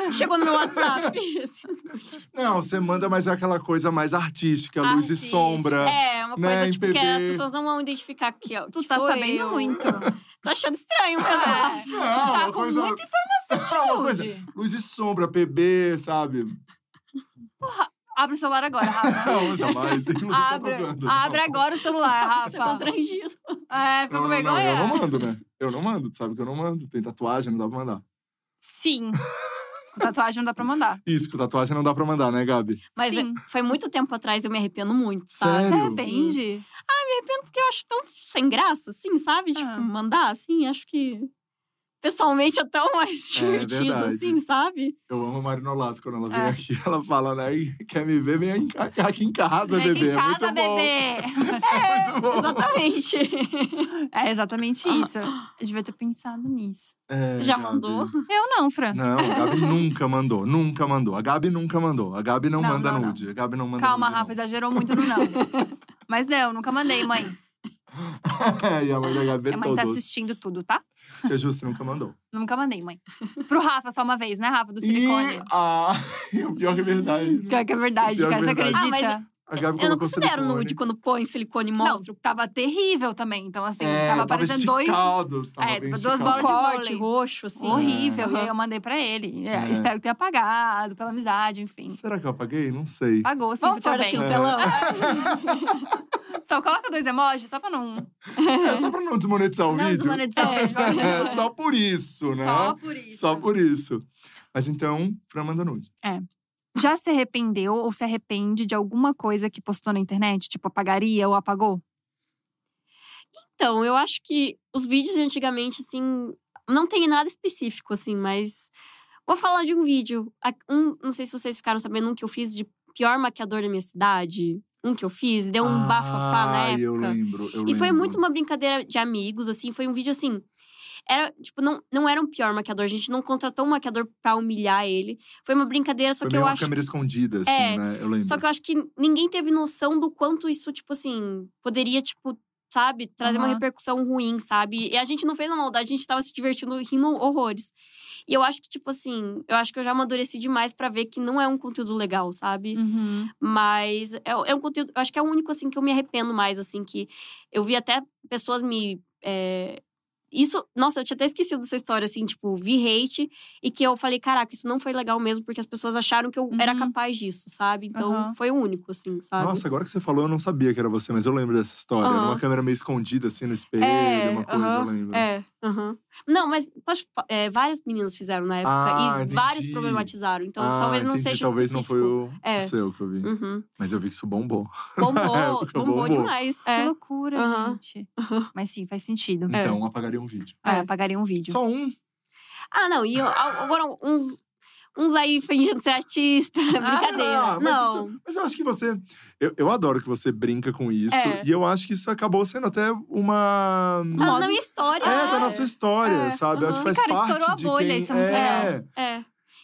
que chegou no meu WhatsApp? (laughs) assim. Não, você manda, mas é aquela coisa mais artística, luz e Artística, sombra. É, uma Né, coisa, tipo, que MPB. as pessoas não vão identificar que eu- Tu que tá sou sabendo eu. (laughs) É. muito. Tô achando estranho, né? mas... É. Não, tá uma com coisa... (laughs) é muita informação Uma de coisa- nude. Luz e sombra, PB, sabe? Abre o celular agagora, (laughs) Rafa. Não, jamais. Inclusive, tá Abre, tocando. abre agora o celular, Você tá Rafa. constrangido. É, ficou Não, com não, não, vergonha? eu não mando, né? Eu não mando, tu sabe que eu não mando. Tem tatuagem, não dá pra mandar. (laughs) Sim. Com tatuagem não dá pra mandar. Isso, que tatuagem não dá pra mandar, né, Gabi? Mas Sim. é? foi muito tempo atrás, eu me arrependo muito, sabe? Ah, Você Sério? arrepende? Arrependo porque eu acho tão sem graça, assim, sabe? Tipo, Ah. mandar, assim, acho que... Pessoalmente é tão mais divertido, verdade. assim, sabe? Eu amo a Marina Olasco quando ela vem Ah. É. aqui. (laughs) Ela fala, né? Quer me ver? Vem aí em ca- aqui em casa, Vem aqui bebê. em casa, é muito bom. bebê. É muito bom. Exatamente. É exatamente Ah. isso. Eu devia ter pensado nisso. É, Você já Gabi. mandou? Eu não, Fran. Não, a Gabi (laughs) nunca mandou, nunca mandou. A Gabi nunca mandou. A Gabi não, Não, manda não, não. nude. A Gabi não manda Calma, (laughs) nude, Rafa, exagerou muito no não. Mas não, nunca mandei, mãe. (laughs) É, e a mãe da Gabi vê Minha mãe tá todos. assistindo tudo, tá? Tia Ju, você (laughs) nunca mandou. Nunca mandei, mãe. Pro Rafa só uma vez, né, Rafa? Do silicone. (laughs) E, ah, o pior que é verdade. Pior que é verdade, Pior que é cara. Você verdade. acredita? Ah, A Gabi Eu não colocou considero um silicone. nude quando põe silicone e Não, mostra. tava terrível também. Então, assim, É, tava aparecendo dois. esticado, Tava É, bem duas esticado. bolas de vôlei. corte roxo, assim. Horrível. E aí Aham. eu mandei pra ele. É, É. Espero que tenha pagado, pela amizade, enfim. Será que eu apaguei? Não (laughs) sei. Pagou, sim, Vamos foi fora então. bem. daqui do É. telão. (laughs) Só coloca dois emojis, só pra não. É só pra não desmonetizar o não vídeo. desmonetizar o vídeo. coloca dois (laughs) É, (laughs) emojis. só por isso, né? Só por isso. Só por isso. Mas então, Fran manda nude. Já se arrependeu ou se arrepende de alguma coisa que postou na internet? Tipo, apagaria ou apagou? Então, eu acho que os vídeos de antigamente, assim, não tem nada específico, assim, mas. Vou falar de um vídeo. A- Um, não sei se vocês ficaram sabendo um que eu fiz de pior maquiador da minha cidade. Um que eu fiz, deu um bafafá na Ai, época. Ah, eu lembro, eu E foi lembro. muito uma brincadeira de amigos, assim. Foi um vídeo assim. Era, tipo, não, não era um pior maquiador. A gente não contratou um maquiador pra humilhar ele. Foi uma brincadeira, só Foi que meio eu uma acho. câmera escondida, assim, É, né? Eu lembro. Só que eu acho que ninguém teve noção do quanto isso, tipo assim, poderia, tipo, sabe, trazer uma Aham. repercussão ruim, sabe? E a gente não fez na maldade, a gente tava se divertindo, rindo horrores. E eu acho que, tipo assim, eu acho que eu já amadureci demais pra ver que não é um conteúdo legal, sabe? Uhum. Mas é, é um conteúdo. Eu acho que é o único, assim, que eu me arrependo mais, assim, que eu vi até pessoas me. é, isso, nossa, eu tinha até esquecido dessa história, assim, tipo, vi hate e que eu falei, caraca, isso não foi legal mesmo, porque as pessoas acharam que eu era Uhum. capaz disso, sabe? Então Aham. foi o único, assim, sabe? Nossa, agora que você falou, eu não sabia que era você, mas eu lembro dessa história. Era uma Aham. câmera meio escondida, assim, no espelho, Ah. É, uma coisa, eu aham, lembro. É, aham. Não, mas pode fa- é, várias meninas fizeram na época Ah, e entendi. vários problematizaram, então Ah, talvez não entendi, seja. Talvez não foi específico. o o É. seu que eu vi. (laughs) Uhum. Mas eu vi que isso bombou. Bombou, Ficou bombou bombou. demais. Que É. loucura, Aham. gente. Mas sim, faz sentido. É. Então, apagaria um vídeo. Ah, É. apagaria um vídeo. Só um? Ah, não, e eu- a- agora uns, uns aí fingindo ser artista, (laughs) brincadeira. Ah, mas não. isso- mas eu acho que você. Eu, eu adoro que você brinca com isso. É. E eu acho que isso acabou sendo até uma. Tá modo- na minha história. É, tá na é. sua história, É. sabe? Eu Acho que Aham. faz Cara, parte estourou a de bolha, quem... isso é muito é. É.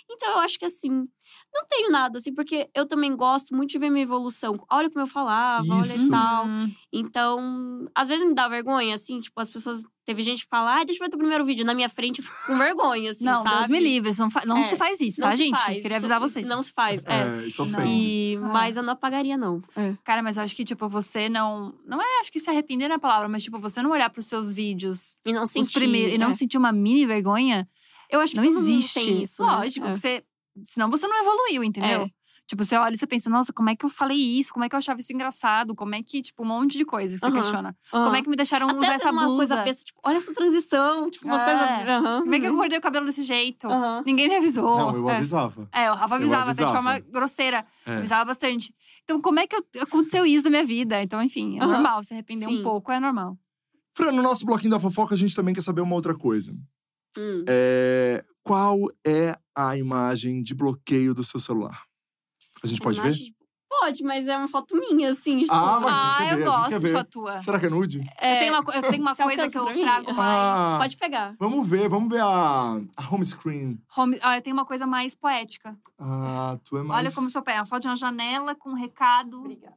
Então eu acho que assim, não tenho nada, assim, porque eu também gosto muito de ver minha evolução. Olha como eu falava, olha Isso. e tal. Hum, Então, às vezes me dá vergonha, assim, tipo, as pessoas. Teve gente que fala, ah, deixa eu ver teu primeiro vídeo. Na minha frente eu fico com vergonha, assim, não, sabe? Deus me livre. Não, fa- não É. se faz isso, Não tá, se gente? faz. Queria avisar Isso vocês. Não se faz, é. É, isso Não. ofende. E, Ah. mas eu não apagaria, não. É. Cara, mas eu acho que, tipo, você não. Não é, acho que se arrepender na palavra, mas, tipo, você não olhar pros seus vídeos, E não sentir. os primeiros, e não é. sentir uma mini vergonha, Eu acho que não todo mundo existe. tem isso, né? Lógico, É. que você. Senão você não evoluiu, entendeu? É. Tipo, você olha e você pensa, nossa, como é que eu falei isso? Como é que eu achava isso engraçado? Como é que, tipo, um monte de coisa que você Aham. questiona. Aham. Como é que me deixaram Até usar essa essa uma blusa? coisa besta, tipo, olha essa transição, tipo, umas É. coisas. Aham. Como é que eu cortei o cabelo desse jeito? né? Aham. Ninguém me avisou. Não, eu É. avisava. É, o Rafa Eu avisava, até de avisava. forma grosseira. É. Avisava bastante. Então, como é que eu- aconteceu isso na minha vida? Então, enfim, é Aham. normal. Se arrepender um Sim. pouco é normal. Fran, no nosso bloquinho da fofoca, a gente também quer saber uma outra coisa. Hum. É, Qual é a imagem de bloqueio do seu celular? A gente pode ver? Imagem de- Pode, mas é uma foto minha, assim. tipo, Ah, mas a gente ah, quer eu ver, a gente gosto quer de ver. fatua. Será que é nude? Eu é, tenho uma, (laughs) co- eu tenho uma Você coisa alcança que eu pra mim? trago Ah. mais. Pode pegar. Vamos ver, vamos ver a, a home screen. Home, ah, eu tenho uma coisa mais poética. Ah, tu é mais. Olha como sou pé. Uma foto de uma janela com um recado. Obrigada.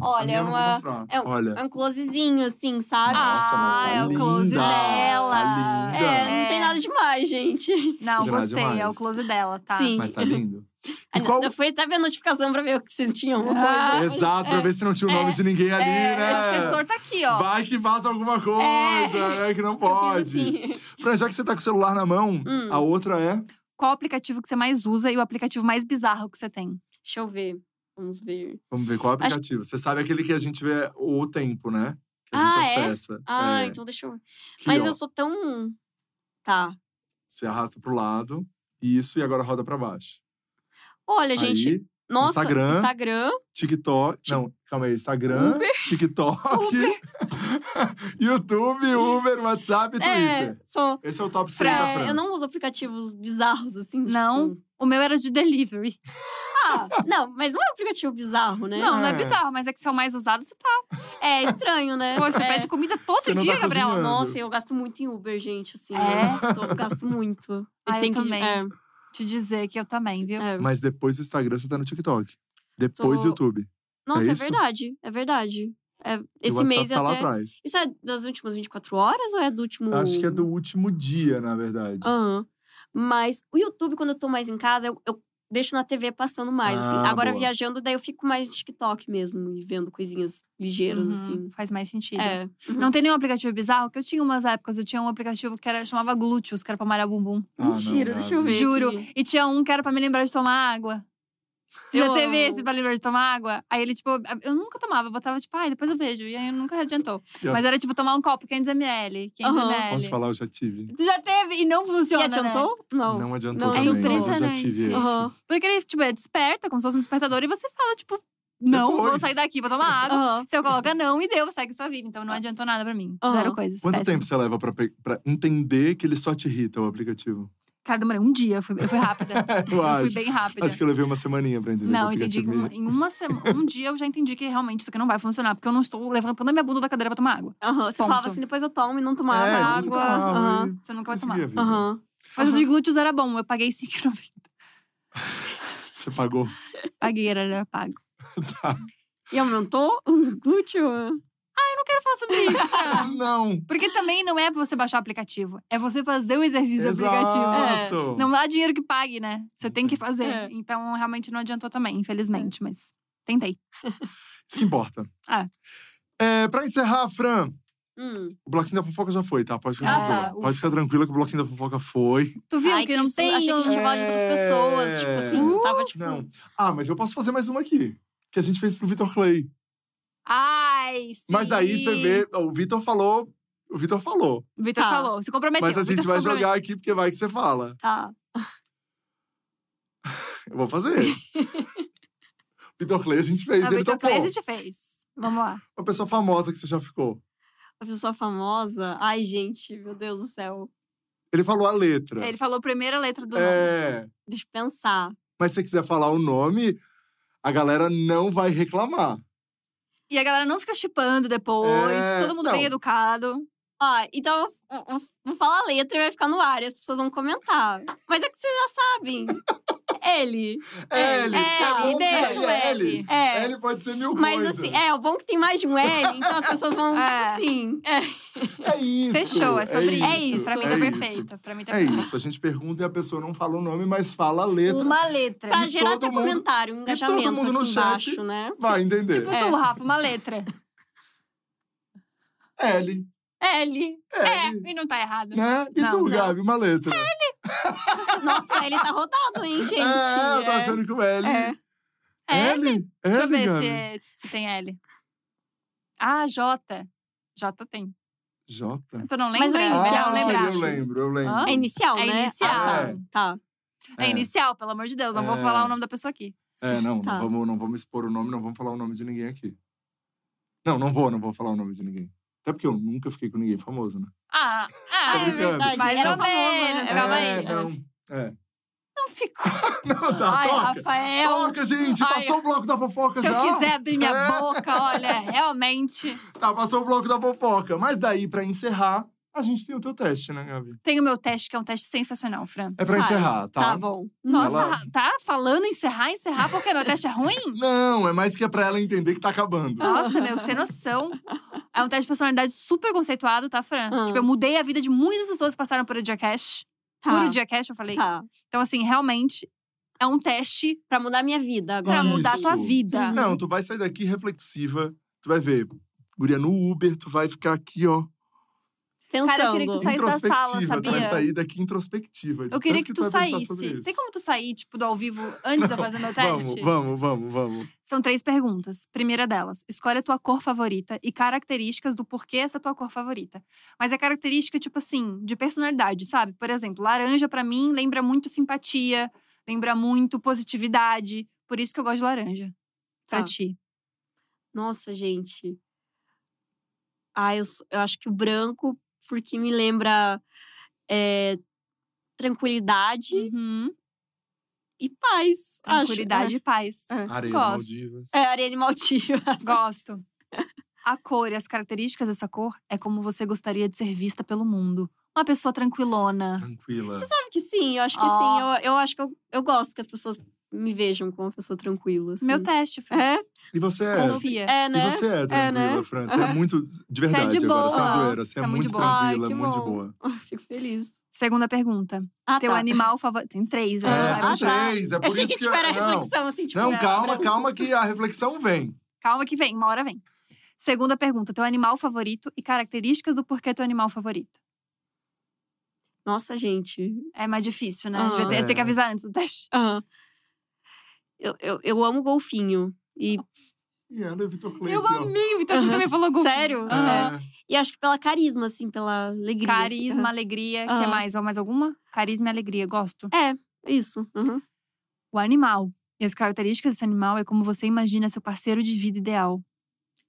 A Olha, minha é eu não vou uma. mostrar. é um- (laughs) Olha. É um closezinho, assim, sabe? Nossa, mas ah, tá é o close linda, dela. tá linda. é, não tem nada demais, gente. Não, Nada gostei. É o demais. close dela, tá? Sim. Mas tá lindo. E Ah, não, qual. Eu fui até ver a notificação pra ver se tinha alguma coisa. Ah, Exato, pra ver se não tinha o nome é, de ninguém ali, É, né? O assessor tá aqui, ó. Vai que vaza alguma coisa, né? Que não Então, é. (laughs) Eu fiz pode. assim. Fran, já que você tá com o celular na mão, Hum. a outra é. Qual o aplicativo que você mais usa e o aplicativo mais bizarro que você tem? Deixa eu ver. Vamos ver. Vamos ver qual é o Acho- aplicativo. Você sabe aquele que a gente vê o tempo, né? Que a Ah, gente é? acessa. Ah, É, então deixa eu ver. que, Mas ó, eu sou tão. Tá. Você arrasta pro lado, isso, e agora roda pra baixo. Olha, gente. Aí, nossa, Instagram. Instagram. TikTok. Não, calma aí. Instagram, TikTok, (laughs) YouTube, Uber, WhatsApp e É, Twitter. sou. Esse é o top 6 Fran, da É, Fran. eu não uso aplicativos bizarros, assim. Não? tipo- O meu era de delivery. Ah, não, mas não é um aplicativo bizarro, né? Não, não é É. bizarro, mas é que se é o mais usado, você tá. É estranho, né? Pô, você é. pede comida todo Você não dia, tá Gabriela. cozinhando. Nossa, eu gasto muito em Uber, gente, assim. É? Eu, tô- eu gasto muito. Eu Ah, eu tenho que- também. é, Te dizer que eu também, viu? é. Mas depois do Instagram, você tá no TikTok. Depois do Tô- YouTube. Nossa, é, isso? verdade. É verdade. É, E o esse WhatsApp mês tá lá até... atrás. Isso é das últimas 24 horas ou é do último… Acho que é do Hum. último dia, na verdade. Ah, Aham. Mas o YouTube, quando eu tô mais em casa, eu, eu deixo na TV passando mais, assim. Ah, Agora, boa. viajando, daí eu fico mais no TikTok mesmo. E vendo coisinhas ligeiras, Uhum, assim. Faz mais sentido. É. Não tem nenhum aplicativo bizarro, que eu tinha umas épocas, eu tinha um aplicativo que era, chamava Glúteos, que era pra malhar o bumbum. Ah, não, Mentira, Gabi. deixa eu ver. Juro. aqui. E tinha um que era pra me lembrar de tomar água. Você já Eu teve amo. esse pra lembrar de tomar água? Aí ele, tipo, eu nunca tomava, eu botava, tipo, ai, depois eu vejo. E aí nunca adiantou. Eu- Mas era, tipo, tomar um copo, 500ml, 500ml. Aham. Posso falar, eu já tive. Tu já teve e não E funciona, né? adiantou? Não. Não adiantou não também. Eu adiantou. já tive é Impressionante. esse. Aham. Porque ele, tipo, é desperta, como se fosse um despertador. E você fala, tipo, não, vou Depois. sair daqui pra tomar água. Aham. Você coloca não e deu, segue sua vida. Então não adiantou nada pra mim. Aham. Zero coisas. Quanto péssimo. tempo você leva pra, pe- pra entender que ele só te irrita o aplicativo? Cara, demorei um dia. Eu fui, eu fui (laughs) rápida. Eu (laughs) eu fui acho. bem rápida. Acho que eu levei uma semaninha pra entender. que o Não, entendi. que aplicativo me uma- Em uma semana, um dia eu já entendi que realmente isso aqui não vai funcionar, porque eu não estou levantando a minha bunda da cadeira pra tomar água. Aham. Você Ponto. falava assim, depois eu tomo e não tomava É, não água. tomava, Aham. e- Você nunca vai Consegui tomar. a vida. Aham. Mas o de glúteos era bom, eu paguei 5,90. Você pagou. (laughs) Tá. Paguei, era, era pago. (laughs) E aumentou o glúteo? Eu falo sobre isso, cara. Não! (laughs) Porque também não é você baixar o aplicativo, é você fazer o exercício do aplicativo. É. Exato! Não dá dinheiro que pague, né? Você tem que fazer. É. Então, realmente não adiantou também, infelizmente, mas tentei. Isso que importa. Ah. É, pra encerrar, Fran, Hum. o bloquinho da fofoca já foi, tá? Pode ficar, Ah, tranquila. ufa. Pode ficar tranquila que o bloquinho da fofoca foi. Tu viu Ai, que não isso- tem? É. Achei que a gente ia falar de outras pessoas. Tipo assim, É. tava tipo… Não. Ah, mas eu posso fazer mais uma aqui. Que a gente fez pro Vitor Clay. Ai, sim. Mas aí você vê, o Vitor falou. O Vitor falou. O Vitor Tá. falou, se comprometeu. Mas a o Vitor gente se vai comprometeu. jogar aqui porque vai que você fala. Tá. Eu (laughs) vou fazer. Vitor Clay a gente fez, Ah, ele Vitor topou. Clay a gente fez. Vamos lá. Uma pessoa famosa que você já ficou. A pessoa famosa… Ai, gente, meu Deus do céu. Ele falou a letra. É, Ele falou a primeira letra do nome. é. Deixa eu pensar. Mas se você quiser falar o nome, a galera não vai reclamar. E a galera não fica chipando depois, É, todo mundo não. bem educado. Ó, então eu- eu eu vou falar a letra e vai ficar no ar, e as pessoas vão comentar. Mas é que vocês já sabem. Ele. É, L, é, tá bom, e deixa o cara, é L. É. L pode ser mil Mas coisas. assim, é, o bom que tem mais de um L, então as pessoas vão, É. tipo assim. É. É isso. Fechou, é sobre isso. isso, Pra mim é tá isso. perfeito. Pra mim tá É perfeito. isso, a gente pergunta e a pessoa não fala o nome, mas fala a letra. Uma letra. Pra E gerar todo até mundo- comentário, um e todo engajamento mundo no aqui chat embaixo, né? Vai entender. Tipo É. tu, Rafa, uma letra. L, É L. L. É, e não tá errado. né? E Não, É, tu, não. Gabi, uma letra. Nossa, o L tá rodado, hein, gente? é, eu tô achando que o L. É. É. L? Deixa eu L, ver Gabi? se, é- se tem L. Ah, J. J tem. J. Tu não lembra? Mas não é inicial, ah, Melhor lembrar. eu lembro, eu lembro. Hã? É inicial, É né? inicial. Ah, tá. tá. É. inicial, pelo amor de Deus. Não vou É. falar o nome da pessoa aqui. É, não, Tá. não, vamos, não vamos expor o nome, não vamos falar o nome de ninguém aqui. Não, não vou, não vou falar o nome de ninguém. Até porque eu nunca fiquei com ninguém famoso, né? Ah, ah Tô é brincando. verdade. Mas Mais era ou famoso, né? menos, É, calma aí. não. Não ficou. Não, (laughs) tá, Ai, toca. Rafael. Toca, gente! Ai, Passou o bloco da fofoca Se já! eu quiser abrir minha É. boca, olha, realmente. Tá, passou o bloco da fofoca. Mas daí, pra encerrar, a gente tem o teu teste, né, Gabi? Tem o meu teste, que é um teste sensacional, Fran. É pra Faz. encerrar, tá? Tá bom. Nossa, Ela- Ra- tá falando encerrar, encerrar, porque meu teste é ruim? Não, é mais que é pra ela entender que tá acabando. Nossa, meu, que sem noção. É um teste de personalidade super conceituado, tá, Fran? Ah. Tipo, eu mudei a vida de muitas pessoas que passaram por o Cash. Tá. Por o Cash, eu falei. Tá. Então, assim, realmente é um teste Pra mudar minha vida agora. pra mudar a Isso. Uhum. tua vida. Não, tu vai sair daqui reflexiva, tu vai ver. Guria no Uber, tu vai ficar aqui, ó, Pensando. Cara, eu queria que tu saísse- da sala, introspectiva. Tu vai sabia? sair daqui introspectiva. de Eu queria tanto que tu vai pensar sobre saísse. isso. Tem como tu sair, tipo, do ao vivo antes de eu fazer meu teste? (laughs) Vamos, vamos, vamos, vamos. São três perguntas. Primeira delas, escolhe a tua cor favorita e características do porquê essa tua cor favorita. Mas é característica, tipo assim, de personalidade, sabe? Por exemplo, laranja pra mim lembra muito simpatia, lembra muito positividade. Por isso que eu gosto de laranja. Pra Tá. ti. Nossa, gente. Ah, eu, s- eu acho que o branco, porque me lembra é, tranquilidade Uhum. e paz. acho. Tranquilidade e paz. Areia, Gosto. Maldivas. É, é areia de Maldiva. Gosto. A cor e as características dessa cor é como você gostaria de ser vista pelo mundo. Uma pessoa tranquilona. Tranquila. Sabe que sim, eu (laughs) acho que Ó. sim. Eu, eu acho que eu, eu gosto que as pessoas me vejam como uma pessoa tranquila. assim. Meu teste, Fran. É? E você Ah, é. Confia. É, E né? você é tranquila, né? Fran. Você é Aham. muito. De é verdade, de agora, sem boa. zoeira. Você é muito de boa. Ai, tranquila, que muito de bom. boa. Fico feliz. Segunda pergunta. Ah, Teu tá. animal favorito. Tem três, né? Ah, É, são Vai botar. três. É Eu por achei isso que que. tipo, era não, reflexão, assim, tipo. não, né? calma, calma, que a reflexão vem. Calma que vem, uma hora vem. Segunda pergunta: teu animal favorito e características do porquê teu animal favorito. Nossa, gente. É mais difícil, né? Aham. Devia ter, ter que É. avisar antes do (laughs) teste. Aham. Eu, eu, eu amo golfinho. E, E ela é Vitor Clay. Eu aqui, ó. amei, né? o Vitor Aham. também (laughs) falou golfinho. Sério? Aham. É. e acho que pela carisma, assim, pela alegria. assim. Carisma, alegria. O que Aham. mais? Ou mais alguma? Carisma e alegria, gosto. Aham. Isso. aham. O animal. E as características desse animal é como você imagina seu parceiro de vida ideal.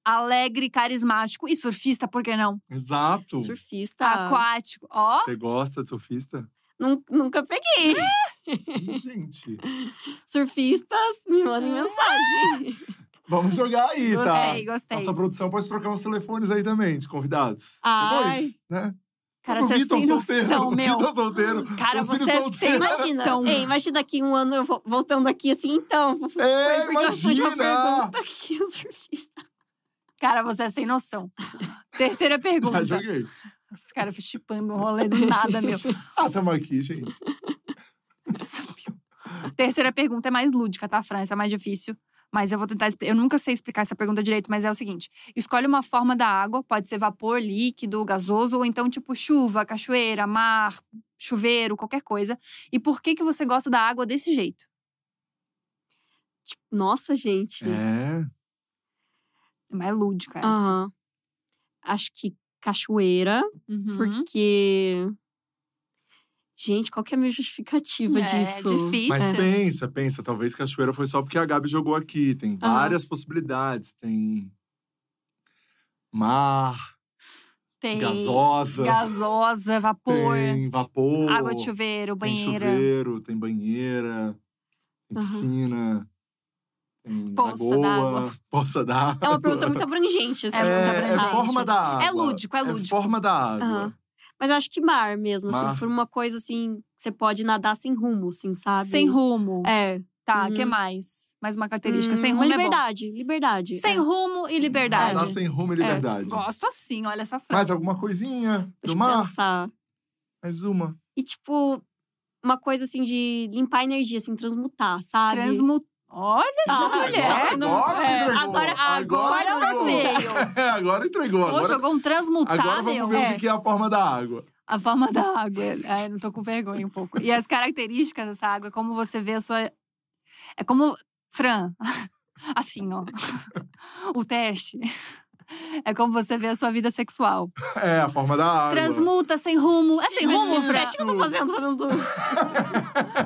Alegre, carismático e surfista, por que não? É, Exato. Surfista. Aquático. Ó, Você gosta de surfista? Nun- Nunca peguei. Ih, gente. Surfistas, me mandem mensagem. Vamos jogar aí, tá? gostei, gostei. Nossa produção pode trocar os telefones aí também, de convidados. Ai. Depois, né? Cara, Pro você é Vitor sem noção, (laughs) pro meu. Vitor um solteiro. Cara, pro filho você é sem solteiro. noção. Imagina, ei, imagina daqui um ano eu vol- voltando aqui assim, então. Foi É, porque eu respondi uma imagina! pergunta que é um surfista. Cara, você é sem (laughs) noção. Terceira pergunta. Já joguei. Os caras chipando um rolê do nada, meu. Ah, tamo aqui, gente. Terceira pergunta é mais lúdica, tá, Fran? Essa é mais difícil. Mas eu vou tentar. expli- Eu nunca sei explicar essa pergunta direito, mas é o seguinte: escolhe uma forma da água, pode ser vapor, líquido, gasoso, ou então tipo chuva, cachoeira, mar, chuveiro, qualquer coisa. E por que que você gosta da água desse jeito? Tipo, nossa, gente. É. É mais lúdica essa. Aham. Acho que cachoeira, Uhum. porque. Gente, qual que é a minha justificativa é disso? difícil. Mas pensa, pensa. Talvez Cachoeira foi só porque a Gabi jogou aqui. Tem várias possibilidades. Tem mar, Tem gasosa, gasosa, vapor, tem vapor, água de chuveiro, tem banheira. chuveiro, tem banheira, tem Aham. piscina, tem Poça d'água. lagoa, (laughs) poça d'água. É uma pergunta (laughs) muito abrangente, assim. É muito é, abrangente. forma da água. É lúdico, é lúdico. forma da água. Aham. Mas eu acho que mar mesmo, Mar. assim, por uma coisa assim, que você pode nadar sem rumo, assim, sabe? Sem rumo. É. Tá, Uhum. que mais? Mais uma característica. sem Hum, rumo é bom. liberdade, liberdade. Sem é. rumo e liberdade. É. Nadar Tá sem rumo e liberdade. Gosto assim, olha essa frase. Mais alguma coisinha do Deixa eu mar? pensar. Mais uma. E tipo, uma coisa assim de limpar a energia, assim, transmutar, sabe? Transmut... Olha Ah, essa mulher! agora, agora é. entregou. Agora, agora, ela entregou. veio. É, (laughs) agora entregou. Pô, Agora, jogou um agora transmutar, vamos meu. ver o É. que que é a forma da água. A forma da água. Ai, não tô com vergonha um pouco. E as características dessa água, é como você vê a sua. É como. Fran, (laughs) assim, ó. O teste. É como você vê a sua vida sexual. É, a forma da água. Transmuta, sem rumo. É sem Mas rumo, o Fran. teste que eu tô fazendo, (laughs) fazendo.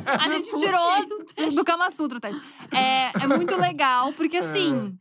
A gente Ah, tirou (laughs) do Kama Sutra o teste. É, é muito legal, porque assim.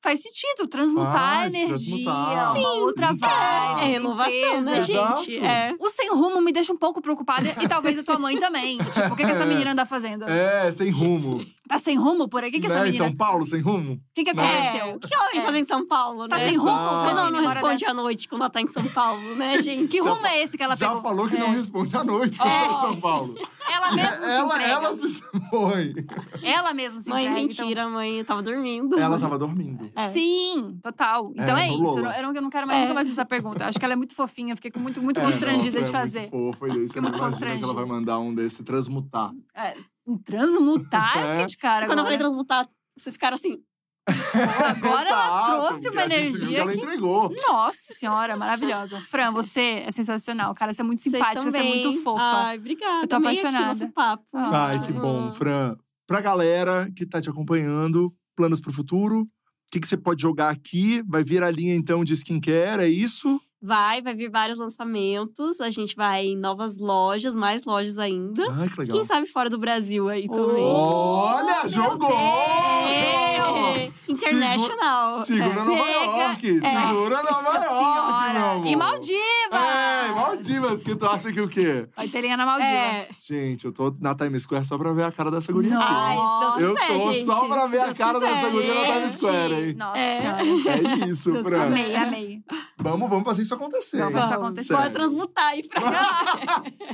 Faz sentido transmutar É. Faz, a energia, transmutar. uma outra limpar. vibe. É renovação, né, limpeza. Exato. gente? É. O sem rumo me deixa um pouco preocupada e talvez a tua mãe (laughs) também. Tipo, o que, que essa menina anda fazendo? É, sem rumo. Tá sem rumo por aí? O que, que essa né? Em menina. São O Paulo, sem rumo? que, que aconteceu? É. O que ela vem É. fazer em São Paulo, Tá né? sem rumo? Exato. Ela não Francine, agora responde à noite quando ela tá em São Paulo, né, dessa? (laughs) gente? Que rumo é esse que ela Já pegou? falou que não responde à noite quando É. tá (laughs) em São Paulo. Ela mesma se É, ela, entrega. ela se expõe. Ela mesma se Mãe, entrega. então- mentira, mãe. Eu tava dormindo. Ela tava dormindo. É. Sim, total. Então é, no isso. Eu não, Lola. eu não- eu não quero mais É. nunca mais fazer essa pergunta. Acho que ela é muito fofinha. eu Fiquei com muito, muito É, constrangida não, de foi muito fazer. Fofo, e daí você Fiquei não muito imagina que ela constrangida. vai mandar um desse transmutar. Transmutar? um Eu fiquei de cara. Né? Quando eu falei agora. transmutar, vocês ficaram assim. Agora ela Exato, trouxe porque uma a gente viu energia que ela que- entregou. Nossa senhora, maravilhosa. Fran, você é sensacional. Cara, você é muito "Vocês simpática, você é também." muito fofa. Ai, obrigada. Eu tô Amei aqui apaixonada. nosso papo. Ah. Ai, que bom, Ah. Fran. Pra galera que tá te acompanhando, planos pro futuro, o que, que você pode jogar aqui? Vai vir a linha, então, de skincare, é isso? Vai, vai vir vários lançamentos. A gente vai em novas lojas, mais lojas ainda. Ai, que legal. Quem sabe fora do Brasil aí Oh. também. Olha, jogou! É, International. Segura Nova Pega. York! É. Nossa Segura Nova é York, meu amor! E Maldivas! É, Maldivas, que tu acha que o quê? Vai ter linha na Maldivas. É. Gente, eu tô na Times Square só pra ver a cara dessa guria. Nossa. aqui. Ai, se Deus Eu quiser, tô gente. só pra Se ver a Deus cara quiser. dessa guria tá tá na Times Square, hein? Nossa É. senhora. É isso, Deus Fran. Amei, também. amei. Vamos, vamos fazer isso acontecer. Vamos hein? fazer isso acontecer. Sério. (laughs) Pode transmutar aí pra né?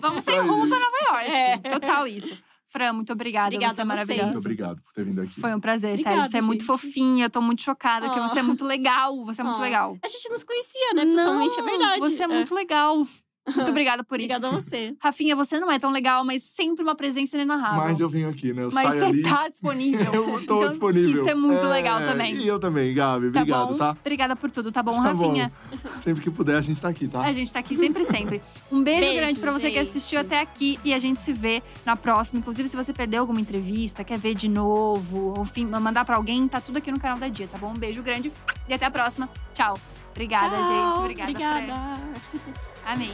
Vamos sem rumo pra Nova York. É. Total isso. Fran, muito obrigada. Obrigada você é a vocês. maravilhosa. Muito obrigado por ter vindo aqui. Foi um prazer, sério. Obrigada, Você é muito gente. fofinha, eu tô muito chocada, que Ah. você é muito legal. Você é muito Ah. legal. A gente nos conhecia, né? Pessoalmente, é verdade. Você é muito legal. Muito obrigada por isso. Obrigada a você. Rafinha, você não é tão legal, mas sempre uma presença inenarrável. Mas eu venho aqui, né? Eu Mas saio ali. tá disponível. (laughs) Eu tô Então, disponível. isso é muito legal também. E eu também, Gabi. tá Obrigado, bom? tá? Obrigada por tudo, tá bom, Tá bom. Rafinha? Sempre que puder, a gente tá aqui, tá? A gente tá aqui sempre, sempre. Um beijo, Beijo, grande pra você que gente. assistiu até aqui e a gente se vê na próxima. Inclusive, se você perdeu alguma entrevista, quer ver de novo, ou fim- mandar pra alguém, tá tudo aqui no canal da Dia, tá bom? Um beijo grande e até a próxima. Tchau. Obrigada, Tchau, gente. Obrigada, Fran. Obrigada. Amei.